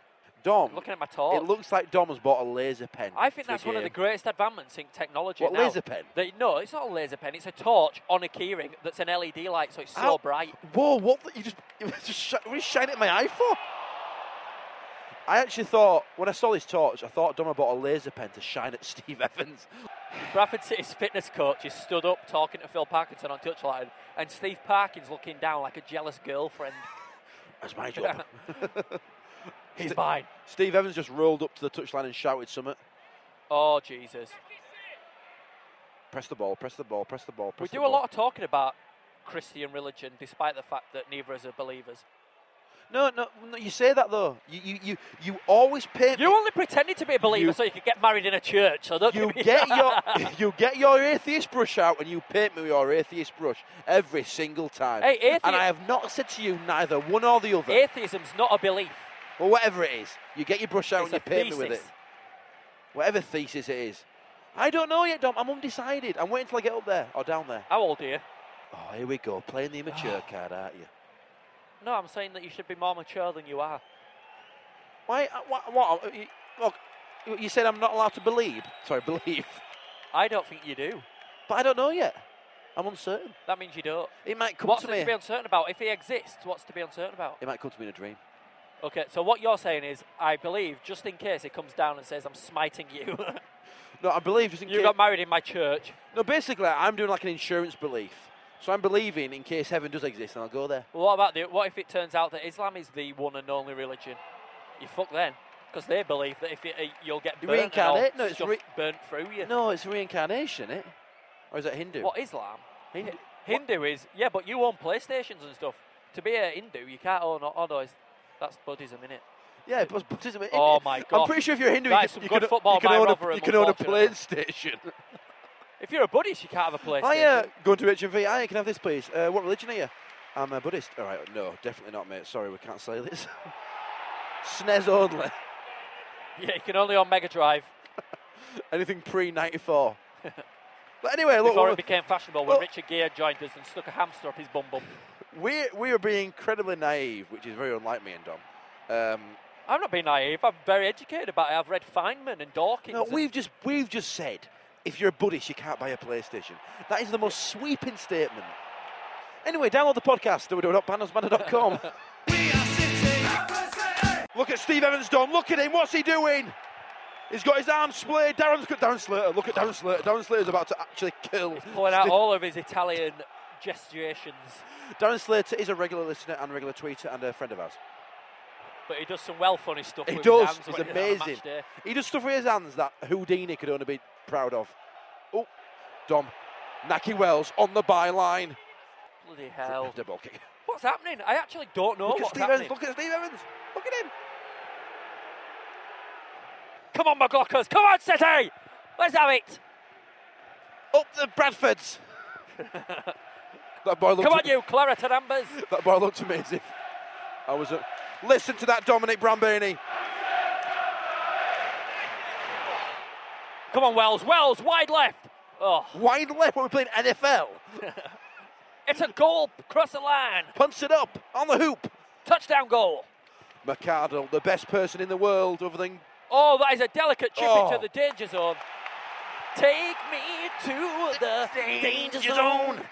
Dom? Looking at my torch. It looks like Dom has bought a laser pen. I think for that's one of the game. greatest advancements in technology. What, now. laser pen? That- no, it's not a laser pen. It's a torch on a keyring that's an LED light, so it's so Ow. bright. Whoa! What? The, you just [LAUGHS] you just sh- what are you shining at my eye for? I actually thought when I saw this torch, I thought Dom had bought a laser pen to shine at [LAUGHS] Steve Evans. Bradford City's fitness coach is stood up talking to Phil Parkinson on touchline, and Steve Parkin's looking down like a jealous girlfriend. That's my [LAUGHS] job. He's mine. Steve Evans just rolled up to the touchline and shouted something. Oh Jesus! Press the ball, press the ball, press the ball. We Press the do a ball." lot of talking about Christian religion, despite the fact that neither of us are believers. No, no, no, you say that though. You, you, you, you always paint. You only pretended to be a believer You- so you could get married in a church. So don't you give me- get your you get your atheist brush out and you paint me with your atheist brush every single time. Hey, athe- and I have not said to you neither one or the [LAUGHS] other, atheism's not a belief. or whatever it is. You get your brush out It's a and you paint me with it, thesis. whatever thesis it is. I don't know yet, Dom. I'm undecided. I'm waiting till I get up there or down there. How old are you? Oh, here we go, playing the immature Ah. card, aren't you? No, I'm saying that you should be more mature than you are. Why? uh, What? what you- look, you- you said I'm not allowed to believe. [LAUGHS] Sorry, believe. I don't think you do. But I don't know yet. I'm uncertain. That means you don't. It might come What's to there me. to be uncertain about? If he exists, what's to be uncertain about? It might come to me in a dream. Okay, so what you're saying is, I believe, just in case he comes down and says, I'm smiting you. [LAUGHS] No, I believe just in you case. got married in my church. no, basically, I'm doing like an insurance belief. So I'm believing in case heaven does exist, and I'll go there. Well, what about the? What if it turns out that Islam is the one and only religion? You fuck then, because they believe that if you, uh, you'll get You burnt and all reincarnate? No, it's stuff re- burnt through you. No, it's reincarnation, it. Or is it Hindu? What Islam? Hindu? Hindu is yeah, but you own PlayStations and stuff. To be a Hindu, you can't own. Oh no, it's, that's Buddhism, innit? Yeah, but Buddhism. it- Oh my I'm gosh. pretty sure if you're Hindu, That you is can, some you good can, football you can by own a, Rotherham, you can own a unfortunately. plane [LAUGHS] station. If you're a Buddhist, you can't have a PlayStation. I uh, going to HMV. I can I have this, please. Uh, what religion are you? I'm a Buddhist. All right, no, definitely not, mate. Sorry, we can't say this. [LAUGHS] SNES only. Yeah, you can only own Mega Drive [LAUGHS] Anything pre '94. [LAUGHS] But anyway, look, before we're, it became fashionable well- when Richard Gere joined us and stuck a hamster up his bum bum. we we are being incredibly naive, which is very unlike me and Dom. Um, I'm not being naive. I'm very educated about it. I've read Feynman and Dawkins. no, and- we've just we've just said if you're a Buddhist, you can't buy a PlayStation. That is the most sweeping statement. Anyway, download the podcast that we're doing at bannersbanner.com. Look at Steve Evans, Dom. Look at him. What's he doing? He's got his arms splayed. Darren, look at Darren Slater. Look at Darren Slater. Darren Slater's about to actually kill. pulling out Steve- all of his Italian gesturations, Darren Slater is a regular listener and regular tweeter and a friend of ours. but he does some well funny stuff. He with does. His hands He's when on a match amazing. day. He does stuff with his hands that Houdini could only be proud of. Oh, Dom. Naki Wells on the byline. Bloody hell! Dead ball kick. What's happening? I actually don't know Look at oh, what's Steve happening. Evans. Look at Steve Evans. Look at him. Come on, McGlockers! Come on, City! Let's have it! Up the [LAUGHS] Bradfords. that boy looked Come on, at- [LAUGHS] you Clara Tarambas! That ball looked amazing. I was. A, listen to that, Dominic Brambini. Come on, Wells! Wells, wide left. Oh, Wide left. We're playing NFL. it's a goal. Cross the line. Punts it up on the hoop. Touchdown goal. McArdle, the best person in the world, other than Oh, that is a delicate chip Oh. into the danger zone. Take me to the danger zone.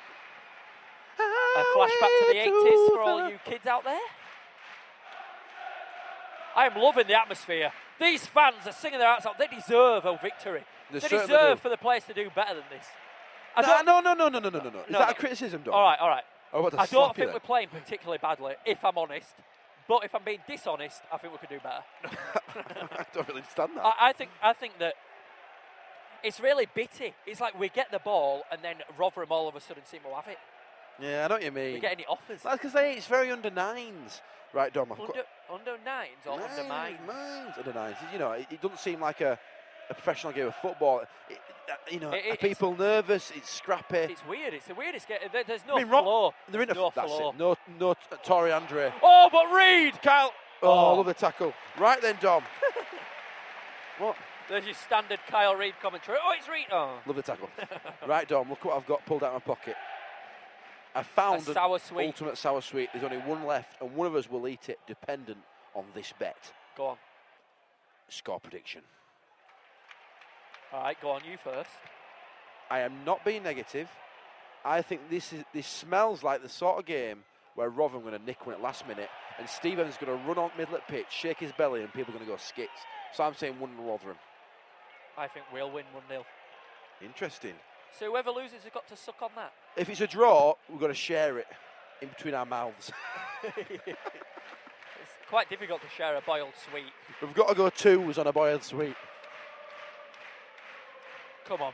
A flashback to the 80s for all you kids out there. I am loving the atmosphere. These fans are singing their hearts out. They deserve a victory. They They, certainly deserve do. for the players to do better than this. I No, Oh, don't- no, no, no, no, no, no, no, no. Is No, that no. a criticism, Dom? All right, all right. I'm about to I slap don't you think we're then. playing particularly badly, if I'm honest. But if I'm being dishonest, I think we could do better. [LAUGHS] I don't really understand that. I, I think I think that it's really bitty. It's like we get the ball and then Rotherham all of a sudden seem to have it. yeah, I know what you We mean. get any offers? That's because it's very under nines. Right, Dom. I've got- Under, under nines or oh, under nine? Nines, nines, under nines. You know, it, it doesn't seem like a, a professional game of football. It, uh, you know, It- it- are it's- people nervous? It's scrappy. It's weird. It's the weirdest game. There, there's no I mean, Ro- floor. They're in a no f- that's floor. it. No, no, t- [LAUGHS] Tori Andre. Oh, but Reed! Kyle. Oh, Oh. love the tackle. Right then, [LAUGHS] Dom. what? There's your standard Kyle Reed commentary. Oh, it's Reed. Oh, Love the tackle. [LAUGHS] right, Dom. Look what I've got pulled out of my pocket. I a found an sour sweet. ultimate sour sweet. There's only one left, and one of us will eat it, dependent on this bet. Go on. Score prediction. All right, go on. You first. I am not being negative. I think this is this smells like the sort of game where Rotherham going to nick one at last minute, and Stevens going to run on middle at pitch, shake his belly, and people going to go skits. So I'm saying one Rotherham. I think we'll win 1 0. Interesting. So whoever loses has got to suck on that. If it's a draw, we've got to share it in between our mouths. [LAUGHS] It's quite difficult to share a boiled sweet. we've got to go twos on a boiled sweet. Come on.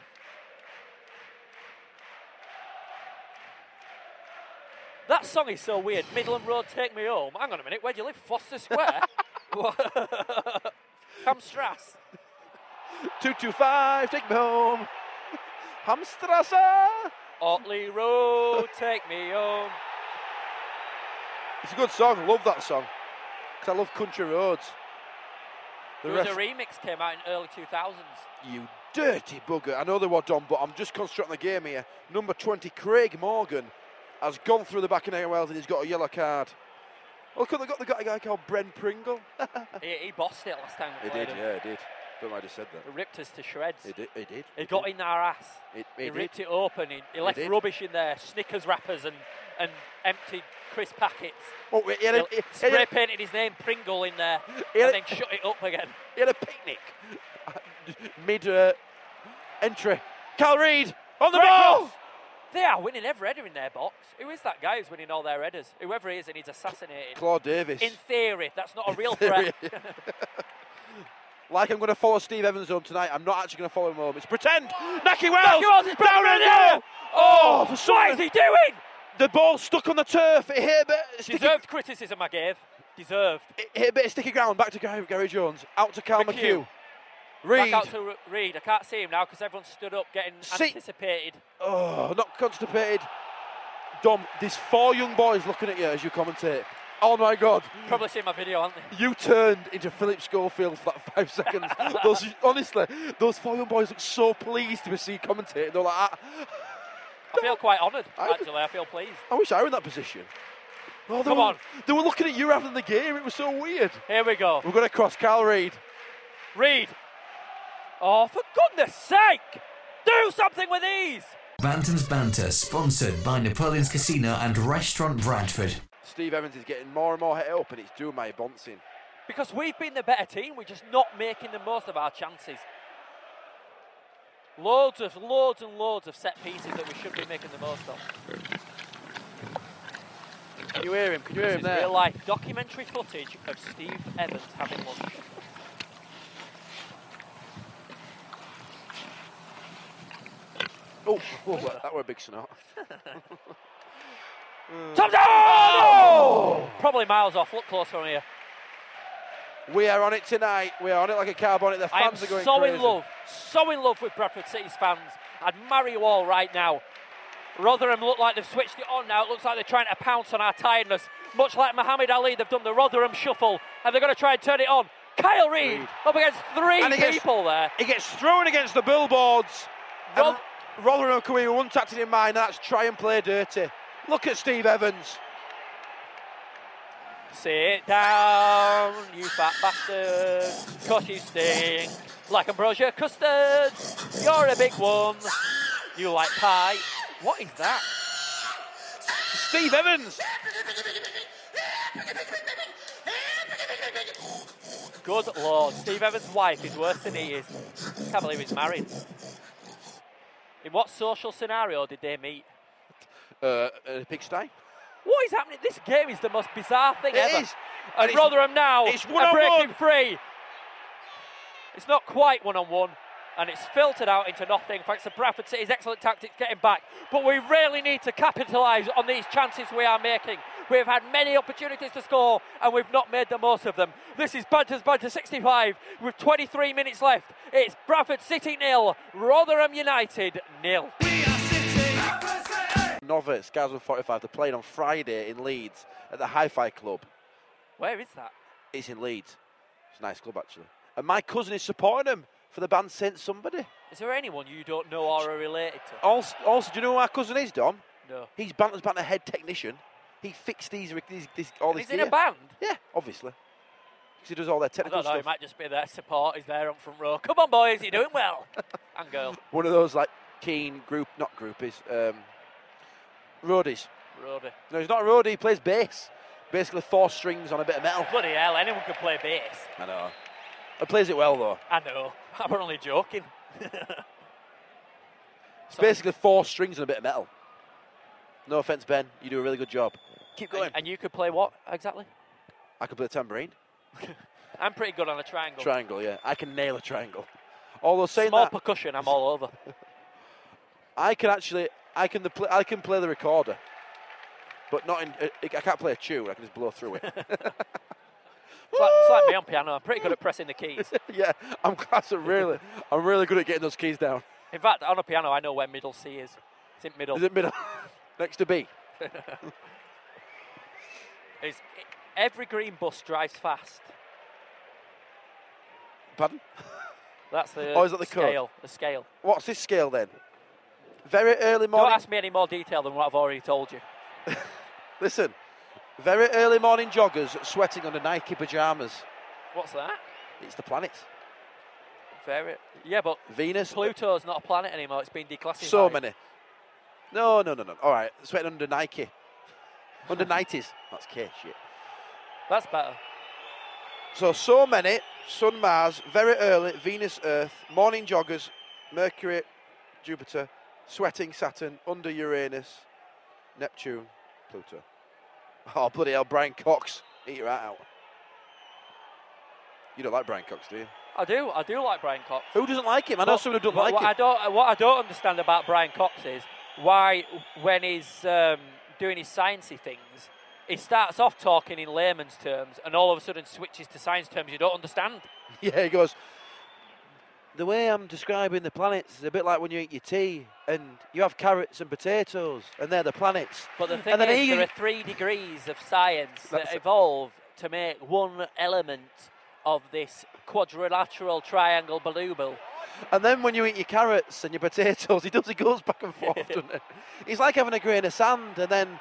That song is so weird. Midland Road, take me home. Hang on a minute, where do you live? Foster [LAUGHS] Square? What? Hamstrass. 225, take me home. [LAUGHS] Hamstrasser. Otley Road, take me home. It's a good song. Love that song. Because I love country roads. The There was a ref- remix came out in early 2000s. you dirty bugger. I know they were done, but I'm just constructing the game here. Number 20, Craig Morgan, has gone through the back of Nail Wells and he's got a yellow card. Oh, Look, they've got, they've got a guy called Bren Pringle. He, he bossed it last time. we He played did, him. yeah, he did. Don't mind I just said that. It ripped us to shreds. He did, he did. He got in our ass. He, He, he did. ripped it open. He, he left did. rubbish in there, Snickers wrappers and, and empty crisp packets. Oh, he had He a, he- he spray had a, painted his name Pringle in there He had and a- then shut it up again. he had a picnic. [LAUGHS] Mid uh, entry. Cal Reed on the Great ball! cross. They are winning every header in their box. Who is that guy who's winning all their headers? Whoever he is, and he's assassinated. Claude Davis. [LAUGHS] In theory, that's not a real There threat. he is. [LAUGHS] like I'm going to follow Steve Evans home tonight, I'm not actually going to follow him home. It's pretend. Naki Wells. Wells is down back in there. there. Oh, for some what is he doing? The ball stuck on the turf. It hit a bit. of Sticky, Deserved criticism, I gave. Deserved. it hit a bit of sticky ground. Back to Gary, Gary Jones. Out to Cal McHugh. McHugh. Reed. Back out to R- Reed. I can't see him now because everyone stood up getting See- anticipated. Oh, not constipated. Dom, there's four young boys looking at you as you commentate. Oh my God. Probably seen my video, haven't they? You turned into Philip Schofield for that [LAUGHS] five seconds. those, honestly, those four young boys look so pleased to be seen commentating. They're like, "Ah, I feel quite honoured, I- actually. I feel pleased. I wish I were in that position. No, they Come were, on. They were looking at you after the game. It was so weird. Here we go. We're going to cross Cal Reed. Reed. Oh, for goodness sake! Do something with these! Bantam's Banter, sponsored by Napoleon's Casino and Restaurant Bradford. Steve Evans is getting more and more hit up, and it's doing my bouncing. Because we've been the better team, we're just not making the most of our chances. Loads of, loads and loads of set pieces that we should be making the most of. Can you hear him? Can you hear This is him there? real life documentary footage of Steve Evans having lunch. Oh, oh, that, that were a big snort. Tom oh! Probably miles off. Look close from here. We are on it tonight. We are on it like a car bonnet. The I am fans are going so crazy. in love, so in love with Bradford City's fans. I'd marry you all right now. Rotherham look like they've switched it on now. It looks like they're trying to pounce on our tiredness. Much like Muhammad Ali, they've done the Rotherham shuffle and they're going to try and turn it on. Kyle Reid Reid. up against three And he gets- people there. It gets thrown against the billboards. Rob- and Rotherham coming with one tactic in mind. and That's try and play dirty. Look at Steve Evans. Sit down, you fat bastard, 'cause you stink like ambrosia custard. You're a big one. You like pie. What is that? Steve Evans. Good lord, Steve Evans' wife is worse than he is. Can't believe he's married. In what social scenario did they meet? Uh, a pigsty. What is happening? This game is the most bizarre thing It ever. is. And it's- Rotherham now it's are one-on-one. breaking free. It's not quite one on one, and it's filtered out into nothing thanks to Bradford City's excellent tactics getting back. But we really need to capitalise on these chances we are making. We've had many opportunities to score, and we've not made the most of them. This is Banter's Banter 65 with 23 minutes left. It's Bradford City nil, Rotherham United nil. Novice, guys with 45, they're playing on Friday in Leeds at the Hi Fi Club. Where is that? It's in Leeds. It's a nice club, actually. And my cousin is supporting them for the band Saint Somebody. Is there anyone you don't know or are related to? Also, also, do you know who our cousin is, Dom? No. He's Bantam's Banter head technician. He fixed these, these, these all this He's in gear. a band. Yeah, obviously. 'Cause he does all their I technical don't know, it stuff. might just be their support is there on front row. Come on, boys, you're doing [LAUGHS] well. and girl, One of those, like, keen group, not groupies, um, roadies. Roddy. No, he's not a roadie, he plays bass. Basically, four strings on a bit of metal. Bloody hell, anyone could play bass. I know. He plays it well, though. I know, [LAUGHS] I'm only joking. It's basically four strings and a bit of metal. No offense, Ben. You do a really good job. Keep going. And, and you could play what exactly? I can play the tambourine. I'm pretty good on a triangle. Triangle, yeah. I can nail a triangle. Although saying Small that, percussion, I'm all [LAUGHS] over. I can actually, I can the pl- I can play the recorder. but not in. I I can't play a tune. I can just blow through it. [LAUGHS] It's like, it's like me on piano. I'm pretty good at pressing the keys. yeah, I'm class. I'm really, I'm really good at getting those keys down. In fact, on a piano, I know where middle C is. It's in middle. Is it middle? [LAUGHS] Next to B. It's, every green bus drives fast. Pardon? That's the Oh, is that the code? scale. The scale. What's this scale then? Very early Don't morning. ask me any more detail than what I've already told you. Listen, very early morning joggers sweating under Nike pajamas. What's that? It's the planets. Very. Yeah, but Venus. Pluto's not a planet anymore. It's been declassified. So many. No, no, no, no. All right, sweating under Nike. Under 90s. That's K shit. That's better. So, so many. Sun, Mars, very early. Venus, Earth. Morning joggers. Mercury, Jupiter. Sweating Saturn. Under Uranus. Neptune. Pluto. Oh, bloody hell, Brian Cox. Eat your heart out. You don't like Brian Cox, do you? I do. I do like Brian Cox. Who doesn't like him? I know But- someone who doesn't but like what him. I don't, what I don't understand about Brian Cox is why, when he's um, doing his sciencey things, he starts off talking in layman's terms and all of a sudden switches to science terms you don't understand. [LAUGHS] Yeah, he goes. The way I'm describing the planets is a bit like when you eat your tea and you have carrots and potatoes, and they're the planets. But the thing And then is, he- there are three degrees of science That's that it. evolve to make one element of this quadrilateral triangle balloon. And then when you eat your carrots and your potatoes, [LAUGHS] he does. He goes back and forth, doesn't it? He's like having a grain of sand and [LAUGHS] then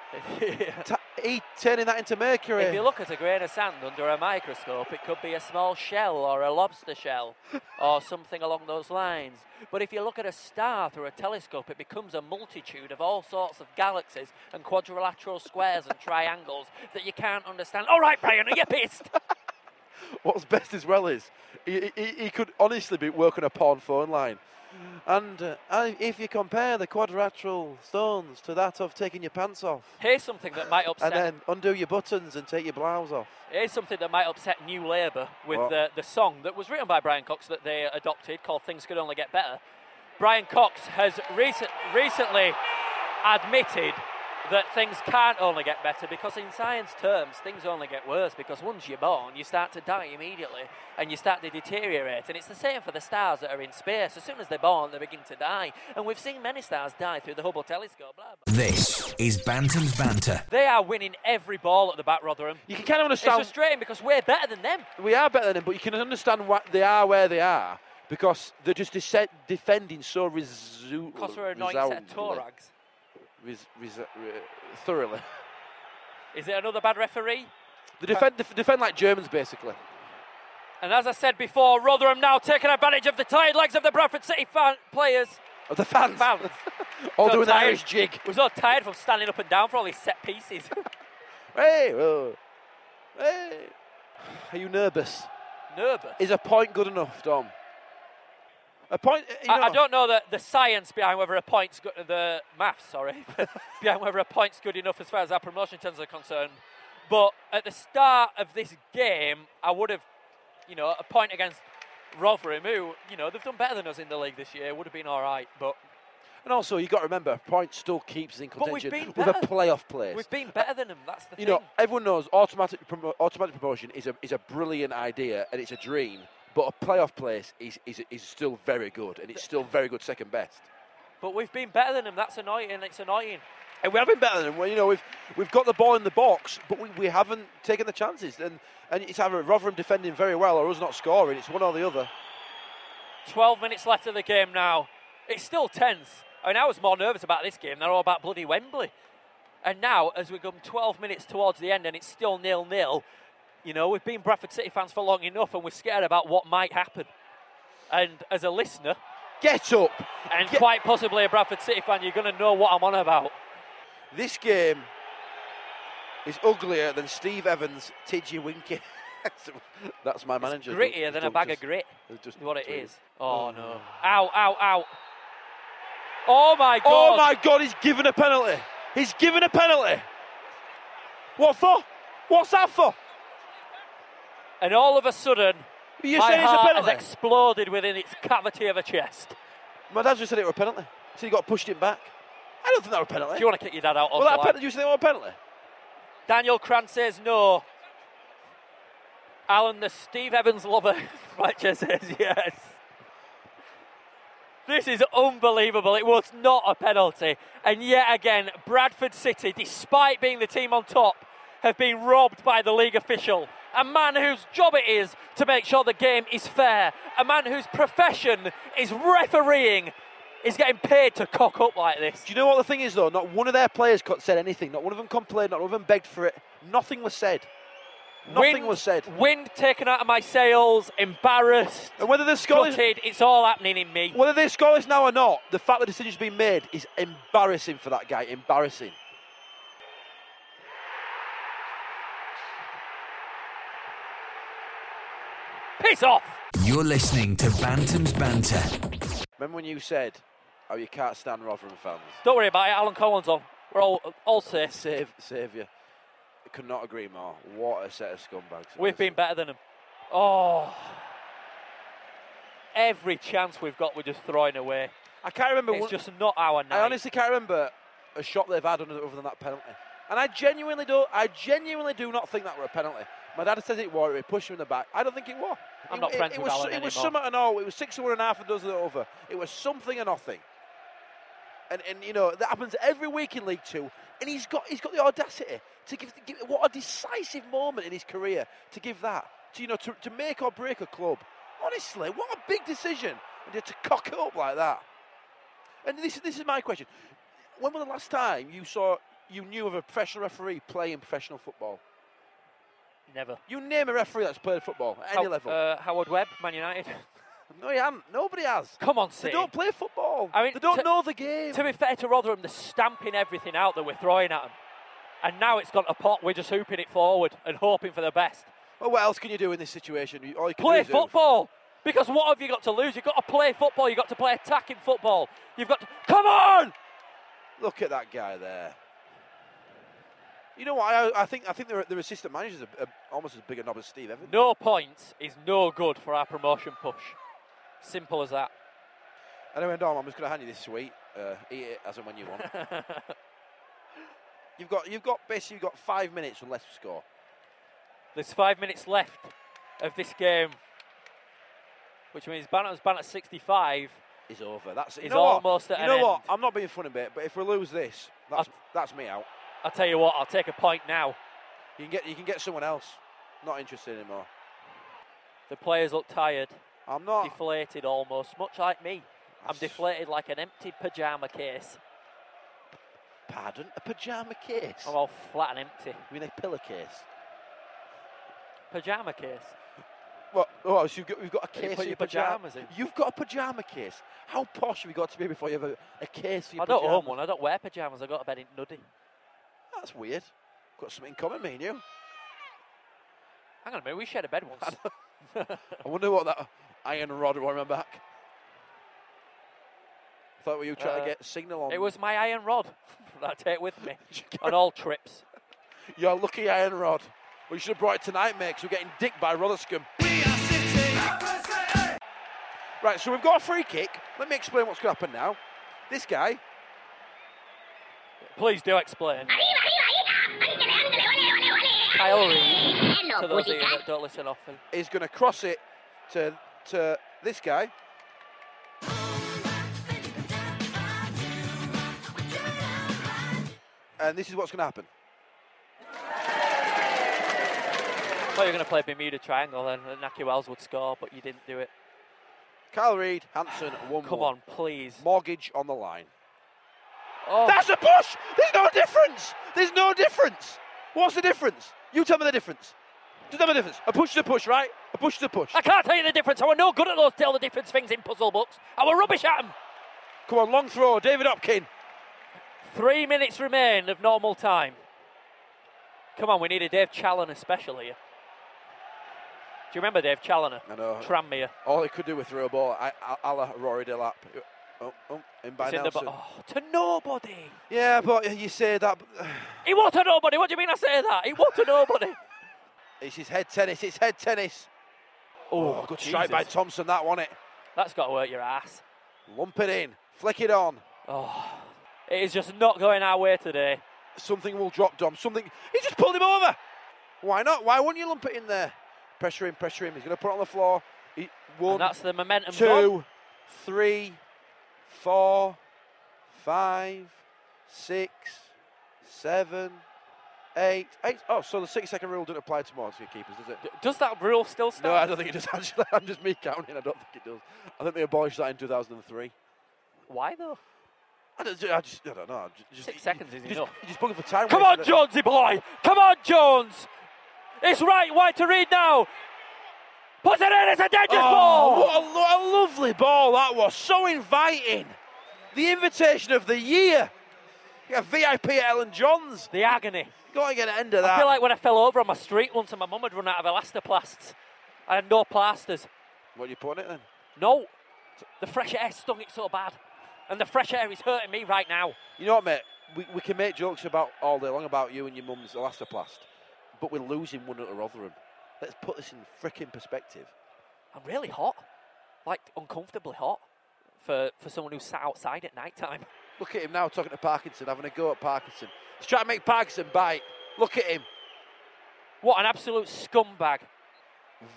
ta he turning that into mercury. If you look at a grain of sand under a microscope, it could be a small shell or a lobster shell [LAUGHS] or something along those lines. But if you look at a star through a telescope, it becomes a multitude of all sorts of galaxies and quadrilateral squares and triangles that you can't understand. All right, Brian, are you pissed? [LAUGHS] What's best as well is he, he, he could honestly be working a porn phone line. And uh, I- if you compare the quadrilateral stones to that of taking your pants off, Here's something that might upset. and then undo your buttons and take your blouse off. Here's something that might upset New Labour with What? the, the song that was written by Brian Cox that they adopted called Things Could Only Get Better. Brian Cox has recent, recently admitted that things can't only get better because, in science terms, things only get worse because once you're born, you start to die immediately and you start to deteriorate. And it's the same for the stars that are in space. As soon as they're born, they begin to die. And we've seen many stars die through the Hubble telescope. Blah, blah. This is Bantam's Banter. They are winning every ball at the back, Rotherham. You can kind of It's understand frustrating because we're better than them. we are better than them, but you can understand why they are where they are because they're just dese- defending so resu- Because we're annoying set of resoundingly- Torags. res- res- re- thoroughly. [LAUGHS] Is it another bad referee? They defend, def- defend like Germans basically. And as I said before, Rotherham now taking advantage of the tired legs of the Bradford City fan players. Of Oh, the fans, [LAUGHS] Fans. all So doing the tired. Irish jig. We're so tired from standing up and down for all these set pieces. [LAUGHS] Hey, oh, hey. Are you nervous? Nervous. Is a point good enough, Dom? A point? uh, You know, I, I don't know the, the science behind whether a point's good, the maths, sorry, [LAUGHS] behind whether a point's good enough as far as our promotion terms are concerned. But at the start of this game, I would have, you know, a point against Rotherham, who, you know, they've done better than us in the league this year, would have been all right. But And also, you got to remember, a point still keeps us in But we've contention been with a better. playoff place. we've been better than them, that's the you thing. know, everyone knows automatic promo- automatic promotion is a is a brilliant idea and it's a dream, but a playoff place is is, is still very good and it's still very good second best. But we've been better than them. That's annoying. It's annoying. And we have been better than them. Well, you know, we've we've got the ball in the box, but we, we haven't taken the chances. And and it's either Rotherham defending very well or us not scoring. It's one or the other. 12 minutes left of the game now. It's still tense. I mean, I was more nervous about this game than all about bloody Wembley. And now, as we come 12 minutes towards the end and it's still nil nil, you know, we've been Bradford City fans for long enough and we're scared about what might happen. And as a listener, Get up! and Get- quite possibly a Bradford City fan, you're going to know what I'm on about. This game is uglier than Steve Evans, Tidji Winky. [LAUGHS] That's my manager. who- Grittier than who a bag just- of grit. who just is what it tweeted. is. Oh, no. Ow, ow, ow. Oh my god. Oh my God, he's given a penalty. He's given a penalty. What for? What's that for? And all of a sudden, You my said it's a heart penalty. has exploded within its cavity of a chest. My dad just said it was a penalty. So he got pushed him back. I don't think that was a penalty. Do you want to kick your dad out? well, that penalty, you said it was a penalty. Daniel Cran says no. Alan, the Steve Evans lover, [LAUGHS] Fletcher says yes. This is unbelievable. It was not a penalty. And yet again, Bradford City, despite being the team on top, have been robbed by the league official. A man whose job it is to make sure the game is fair. A man whose profession is refereeing is getting paid to cock up like this. Do you know what the thing is though? Not one of their players co- said anything. Not one of them complained. Not one of them begged for it. Nothing was said. Nothing wind, was said. Wind taken out of my sails, embarrassed, And whether the score is gutted. It's all happening in me. whether they score is now or not, the fact that the decision's been made is embarrassing for that guy. Embarrassing. Piss off! You're listening to Bantam's Banter. Remember when you said how you can't stand Rotherham fans? Don't worry about it. Alan Collins on. We're all all safe. Save, save you. I could not agree more. What a set of scumbags. We've been better than them. Oh. Every chance we've got, we're just throwing away. I can't remember. It's one- just not our night. I honestly can't remember a shot they've had other other than that penalty. And I genuinely do. I genuinely do not think that were a penalty. My dad says it was. It pushed him in the back. I don't think it was. I'm it, not it, friends it with was, Alan It was anymore. something and all. It was six and one and a half and dozen and over. It was something and nothing. And and you know that happens every week in League Two. And he's got he's got the audacity to give, give what a decisive moment in his career to give that to you know to, to make or break a club. Honestly, what a big decision and to cock it up like that. And this, this is my question. When was the last time you saw, you knew of a professional referee playing professional football? never. You name a referee that's played football at any How- level. Uh, Howard Webb, Man United. [LAUGHS] no, he hasn't. Nobody has. Come on, They City. don't play football. I mean, they don't to- know the game. To be fair to Rotherham, they're stamping everything out that we're throwing at them. And now it's gone to pot. We're just hooping it forward and hoping for the best. well, Oh, what else can you do in this situation? You- All you can do Play is do- football. Because what have you got to lose? You've got to play football. You've got to play attacking football. You've got to. Come on! Look at that guy there. You know what? I, I think I think their, their assistant manager's a, a, almost as big a knob as Steve Evans. No points is no good for our promotion push. Simple as that. Anyway, Dom, "Oh, I'm just going to hand you this sweet. Uh, eat it as and when [LAUGHS] you want. you've got you've got basically you've got five minutes unless you score. There's five minutes left of this game, which means Bantam's ban at 65. is over. That's you It's know what? almost at you an know what? end. I'm not being funny, mate. But if we lose this, that's that's me out. I'll tell you what, I'll take a point now. You can get you can get someone else. Not interested anymore. The players look tired, I'm not. deflated almost, much like me. I'm Oh. That's- deflated like an empty pyjama case. Pardon, a pajama case. I'm all flat and empty. I mean a pillowcase. Pyjama case. What? Oh, so you've got, we've got a you put case for your your pajam- pyjamas in. You've got a pajama case. How posh have you got to be before you have a, a case for your I don't own pyjamas? one, I don't wear pyjamas, I go to bed in nuddy. That's weird. Got something in common, me and you. Hang on a minute, we shared a bed once. [LAUGHS] I wonder what that iron rod was on my back. Thought were you trying Uh, to get signal on? It was my iron rod [LAUGHS] that I take with [LAUGHS] me You on all trips. Your lucky iron rod. We should have brought it tonight, mate, 'cause we're getting dicked by Rotherham. Right, so we've got a free kick. Let me explain what's going to happen now. This guy, Please do explain. Kyle Reid, to those of you that don't listen often. is going to cross it to to this guy. And this is what's going to happen. I thought you were going to play Bermuda Triangle and Naki Wells would score, but you didn't do it. Kyle Reid, Hanson, one Come more. on, please. Mortgage on the line. Oh, That's a push. There's no difference. There's no difference. What's the difference? You tell me the difference. Just tell me the difference. A push is a push, right? A push is a push. I can't tell you the difference. I were no good at those tell the difference things in puzzle books. I were rubbish at them. Come on, long throw, David Hopkin. Three minutes remain of normal time. Come on, we need a Dave Challoner special here. Do you remember Dave Challoner? I know. Tranmere. All he could do was throw a ball. I, I, a la Rory Delap. Oh, oh, in by It's in the bo- Nelson. oh, to nobody. Yeah, but you say that. [SIGHS] but- He was to nobody. What do you mean I say that? He was to [LAUGHS] nobody. It's his head tennis. It's head tennis. Oh, good strike by Jesus. Thompson. That one it. That's got to work your ass. Lump it in. Flick it on. Oh, it is just not going our way today. something will drop Dom. Something. He just pulled him over. Why not? Why wouldn't you lump it in there? Pressure him, pressure him. He's going to put it on the floor. He, And one, that's the momentum gone. two, three, four, five, six, seven, eight, eight. Oh, so the six second rule doesn't apply to Morton keepers, does it? D- Does that rule still stand? No, I don't think it does [LAUGHS] actually. I'm just me counting. I don't think it does. I think they abolished that in 2003. Why though? I, don't, I just, I don't know. I ju- Just, Six seconds is you just, enough. you just booking for time. Come wasting, on, innit? Jonesy boy! Come on, Jones! It's right, wide to read now. Puts it in. It's a dangerous ball. Oh, what a, lo- a lovely ball that was. So inviting. The invitation of the year. Yeah, VIP at Ellen Johns. The agony. Got to get an end of I that. feel like when I fell over on my street once and my mum had run out of elastoplasts. I had no plasters. what do you put on it then? No. The fresh air stung it so bad. And the fresh air is hurting me right now. You know what, mate? We, we can make jokes about all day long about you and your mum's elastoplast, but we're losing one at Rotherham. Let's put this in freaking perspective. I'm really hot. Like, uncomfortably hot for, for someone who sat outside at night time. Look at him now talking to Parkinson, having a go at Parkinson. He's trying to make Parkinson bite. Look at him. What an absolute scumbag.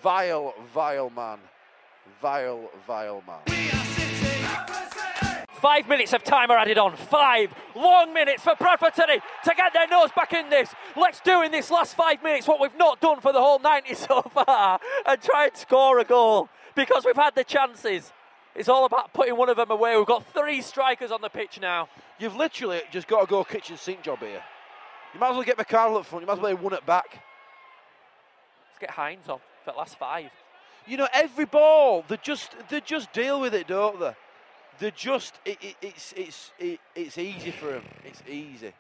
Vile, vile man. Vile, vile man. Five minutes of time are added on. Five long minutes for Bradford City to get their nose back in this. Let's do in this last five minutes what we've not done for the whole 90 [LAUGHS] so far and try and score a goal because we've had the chances. It's all about putting one of them away. We've got three strikers on the pitch now. You've literally just got to go kitchen sink job here. You might as well get McCardle up front. You might as well have won it back. Let's get Hines on for the last five. You know, every ball, they just they just deal with it, don't they? They just it, it, it's it's it, it's easy for them. It's easy.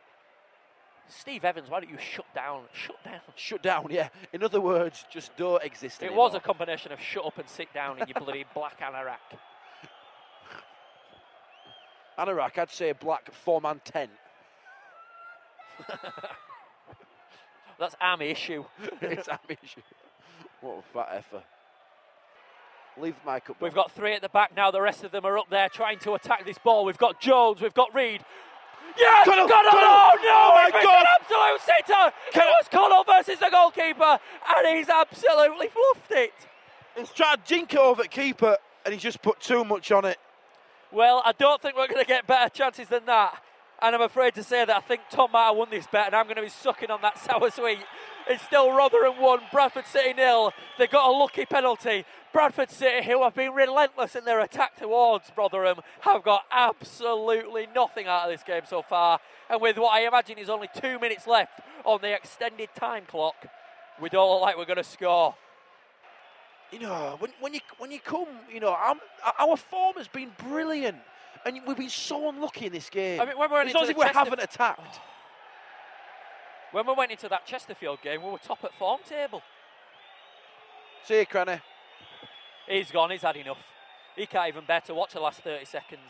Steve Evans, why don't you shut down? Shut down. Shut down, yeah. In other words, just don't exist. It anymore. was a combination of shut up and sit down in your [LAUGHS] bloody black anorak. Anorak, I'd say black four man tent. That's army [LAUGHS] issue. it's ambition. What a fat effer. Leave the mic up. We've got three at the back now. The rest of them are up there trying to attack this ball. We've got Jones. We've got Reed. Yes, Connell, Connell! Connell! Oh no! Oh, my it's been God! an absolute sitter. It was Connell versus the goalkeeper, and he's absolutely fluffed it. He's tried to jink it over at keeper and he's just put too much on it. Well, I don't think we're going to get better chances than that. And I'm afraid to say that I think Tom Maher won this bet, and I'm going to be sucking on that [LAUGHS] sour sweet. It's still Rotherham 1, Bradford City nil. They got a lucky penalty. Bradford City, who have been relentless in their attack towards Rotherham, have got absolutely nothing out of this game so far. And with what I imagine is only two minutes left on the extended time clock, we don't look like we're going to score. You know, when, when you when you come, you know, i our form has been brilliant, and we've been so unlucky in this game. I mean, when we're it's into not as the if we Chester- haven't attacked. When we went into that Chesterfield game, we were top at form table. See you, Cranny. He's gone, he's had enough. He can't even bear to watch the last 30 seconds.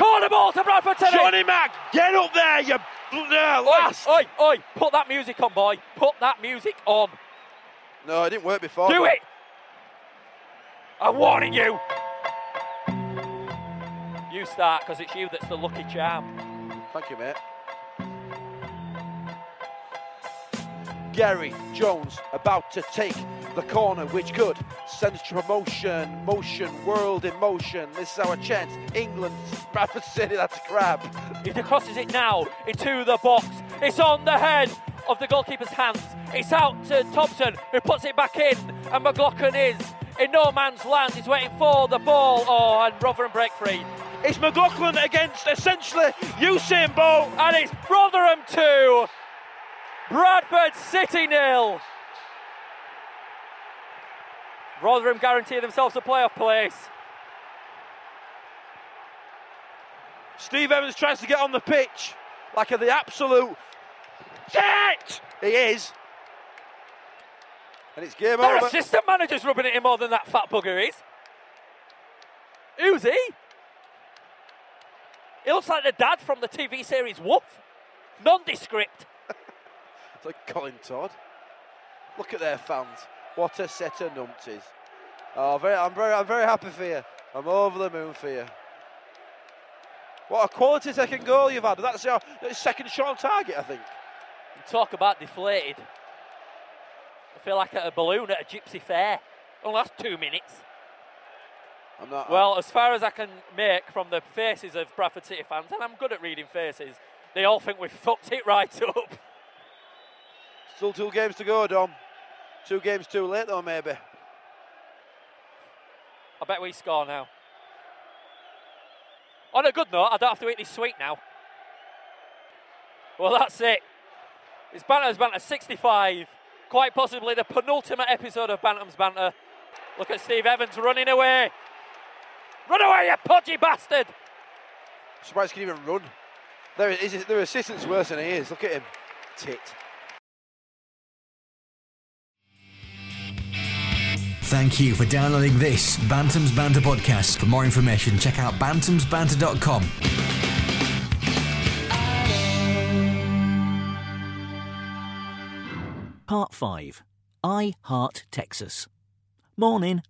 Corner ball to Bradford City! Johnny Mack, get up there, you bl- uh, last. Oi, oi, put that music on, boy. Put that music on. No, it didn't work before. Do but- it! I'm warning you! You start, because it's you that's the lucky charm. Thank you, mate. Gary Jones about to take the corner, which could sends to promotion, motion, world in motion. This is our chance. England, Bradford City, that's crap. He crosses it now into the box. It's on the head of the goalkeeper's hands. It's out to Thompson, who puts it back in, and McLaughlin is in no man's land. He's waiting for the ball. Oh, and Rotherham break free. It's McLaughlin against essentially Usain Bolt. And it's Rotherham 2, Bradford City nil. Rotherham guarantee themselves a playoff place. Steve Evans tries to get on the pitch like the absolute shit. He is. And it's game Their over. assistant manager's rubbing it in more than that fat bugger is. Who's he? He looks like the dad from the TV series Wolf. Nondescript. It's like Colin Todd. Look at their fans. What a set of numpties. Oh, very, I'm very, I'm very happy for you. I'm over the moon for you. What a quality second goal you've had. That's your that's second shot on target, I think. Talk about deflated. I feel like a balloon at a gypsy fair. Only last two minutes. I'm not, Well, as far as I can make from the faces of Bradford City fans, and I'm good at reading faces, they all think we've fucked it right up. still two games to go, Dom. Two games too late, though, maybe. I bet we score now. On a good note, I don't have to eat this sweet now. Well, that's it. It's Bantam's Banter 65, quite possibly the penultimate episode of Bantam's Banter. Look at Steve Evans running away. Run away, you podgy bastard! Surprised he can even run. Their, his, their assistant's worse than he is. Look at him. Tit. Thank you for downloading this Bantams Banter podcast. For more information, check out bantamsbanter.com. Part 5 I Heart Texas. Morning.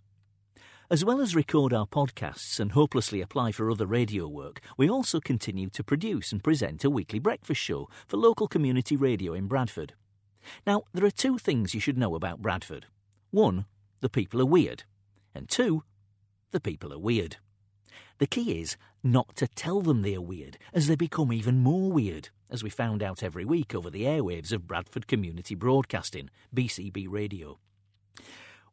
As well as record our podcasts and hopelessly apply for other radio work, we also continue to produce and present a weekly breakfast show for local community radio in Bradford. Now, there are two things you should know about Bradford. One, the people are weird. And two, the people are weird. The key is not to tell them they are weird, as they become even more weird, as we found out every week over the airwaves of Bradford Community Broadcasting, BCB Radio.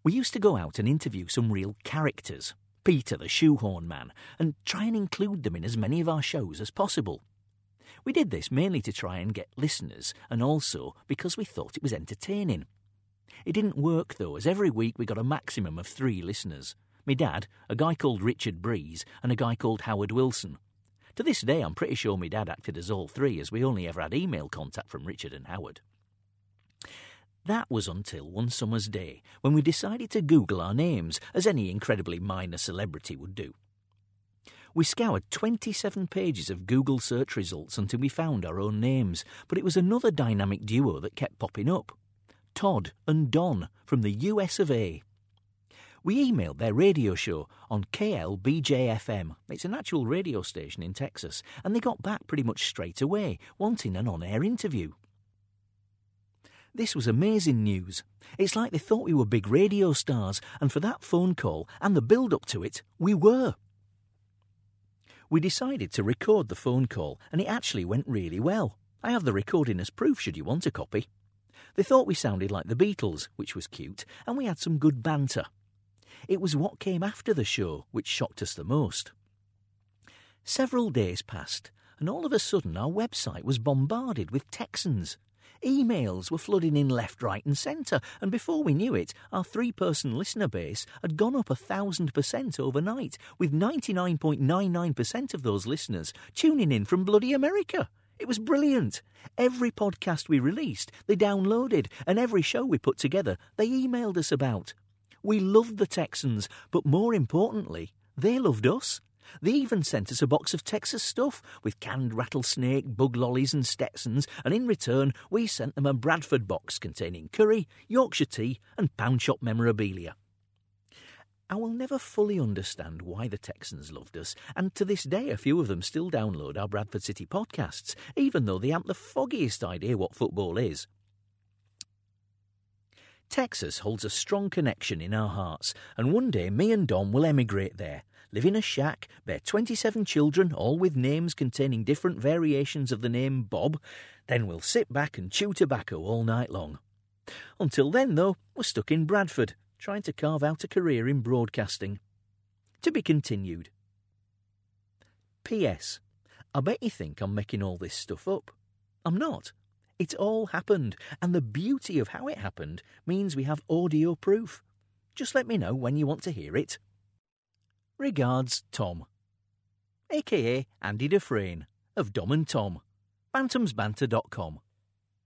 We used to go out and interview some real characters, Peter the Shoehorn Man, and try and include them in as many of our shows as possible. We did this mainly to try and get listeners, and also because we thought it was entertaining. It didn't work though, as every week we got a maximum of three listeners my dad, a guy called Richard Breeze, and a guy called Howard Wilson. To this day, I'm pretty sure my dad acted as all three, as we only ever had email contact from Richard and Howard. That was until one summer's day when we decided to Google our names, as any incredibly minor celebrity would do. We scoured 27 pages of Google search results until we found our own names, but it was another dynamic duo that kept popping up. Todd and Don from the US of A. We emailed their radio show on KLBJFM. It's an actual radio station in Texas, and they got back pretty much straight away, wanting an on air interview. This was amazing news. It's like they thought we were big radio stars, and for that phone call and the build up to it, we were. We decided to record the phone call, and it actually went really well. I have the recording as proof should you want a copy. They thought we sounded like the Beatles, which was cute, and we had some good banter. It was what came after the show which shocked us the most. Several days passed, and all of a sudden our website was bombarded with Texans. Emails were flooding in left, right, and centre, and before we knew it, our three person listener base had gone up a thousand percent overnight, with 99.99% of those listeners tuning in from bloody America. It was brilliant. Every podcast we released, they downloaded, and every show we put together, they emailed us about. We loved the Texans, but more importantly, they loved us. They even sent us a box of Texas stuff with canned rattlesnake, bug lollies, and Stetsons, and in return, we sent them a Bradford box containing curry, Yorkshire tea, and pound shop memorabilia. I will never fully understand why the Texans loved us, and to this day, a few of them still download our Bradford City podcasts, even though they haven't the foggiest idea what football is. Texas holds a strong connection in our hearts, and one day me and Dom will emigrate there, live in a shack, bear 27 children, all with names containing different variations of the name Bob, then we'll sit back and chew tobacco all night long. Until then, though, we're stuck in Bradford, trying to carve out a career in broadcasting. To be continued. P.S. I bet you think I'm making all this stuff up. I'm not. It all happened, and the beauty of how it happened means we have audio proof. Just let me know when you want to hear it. Regards, Tom. AKA Andy Dufresne of Dom and Tom. BantamsBanter.com.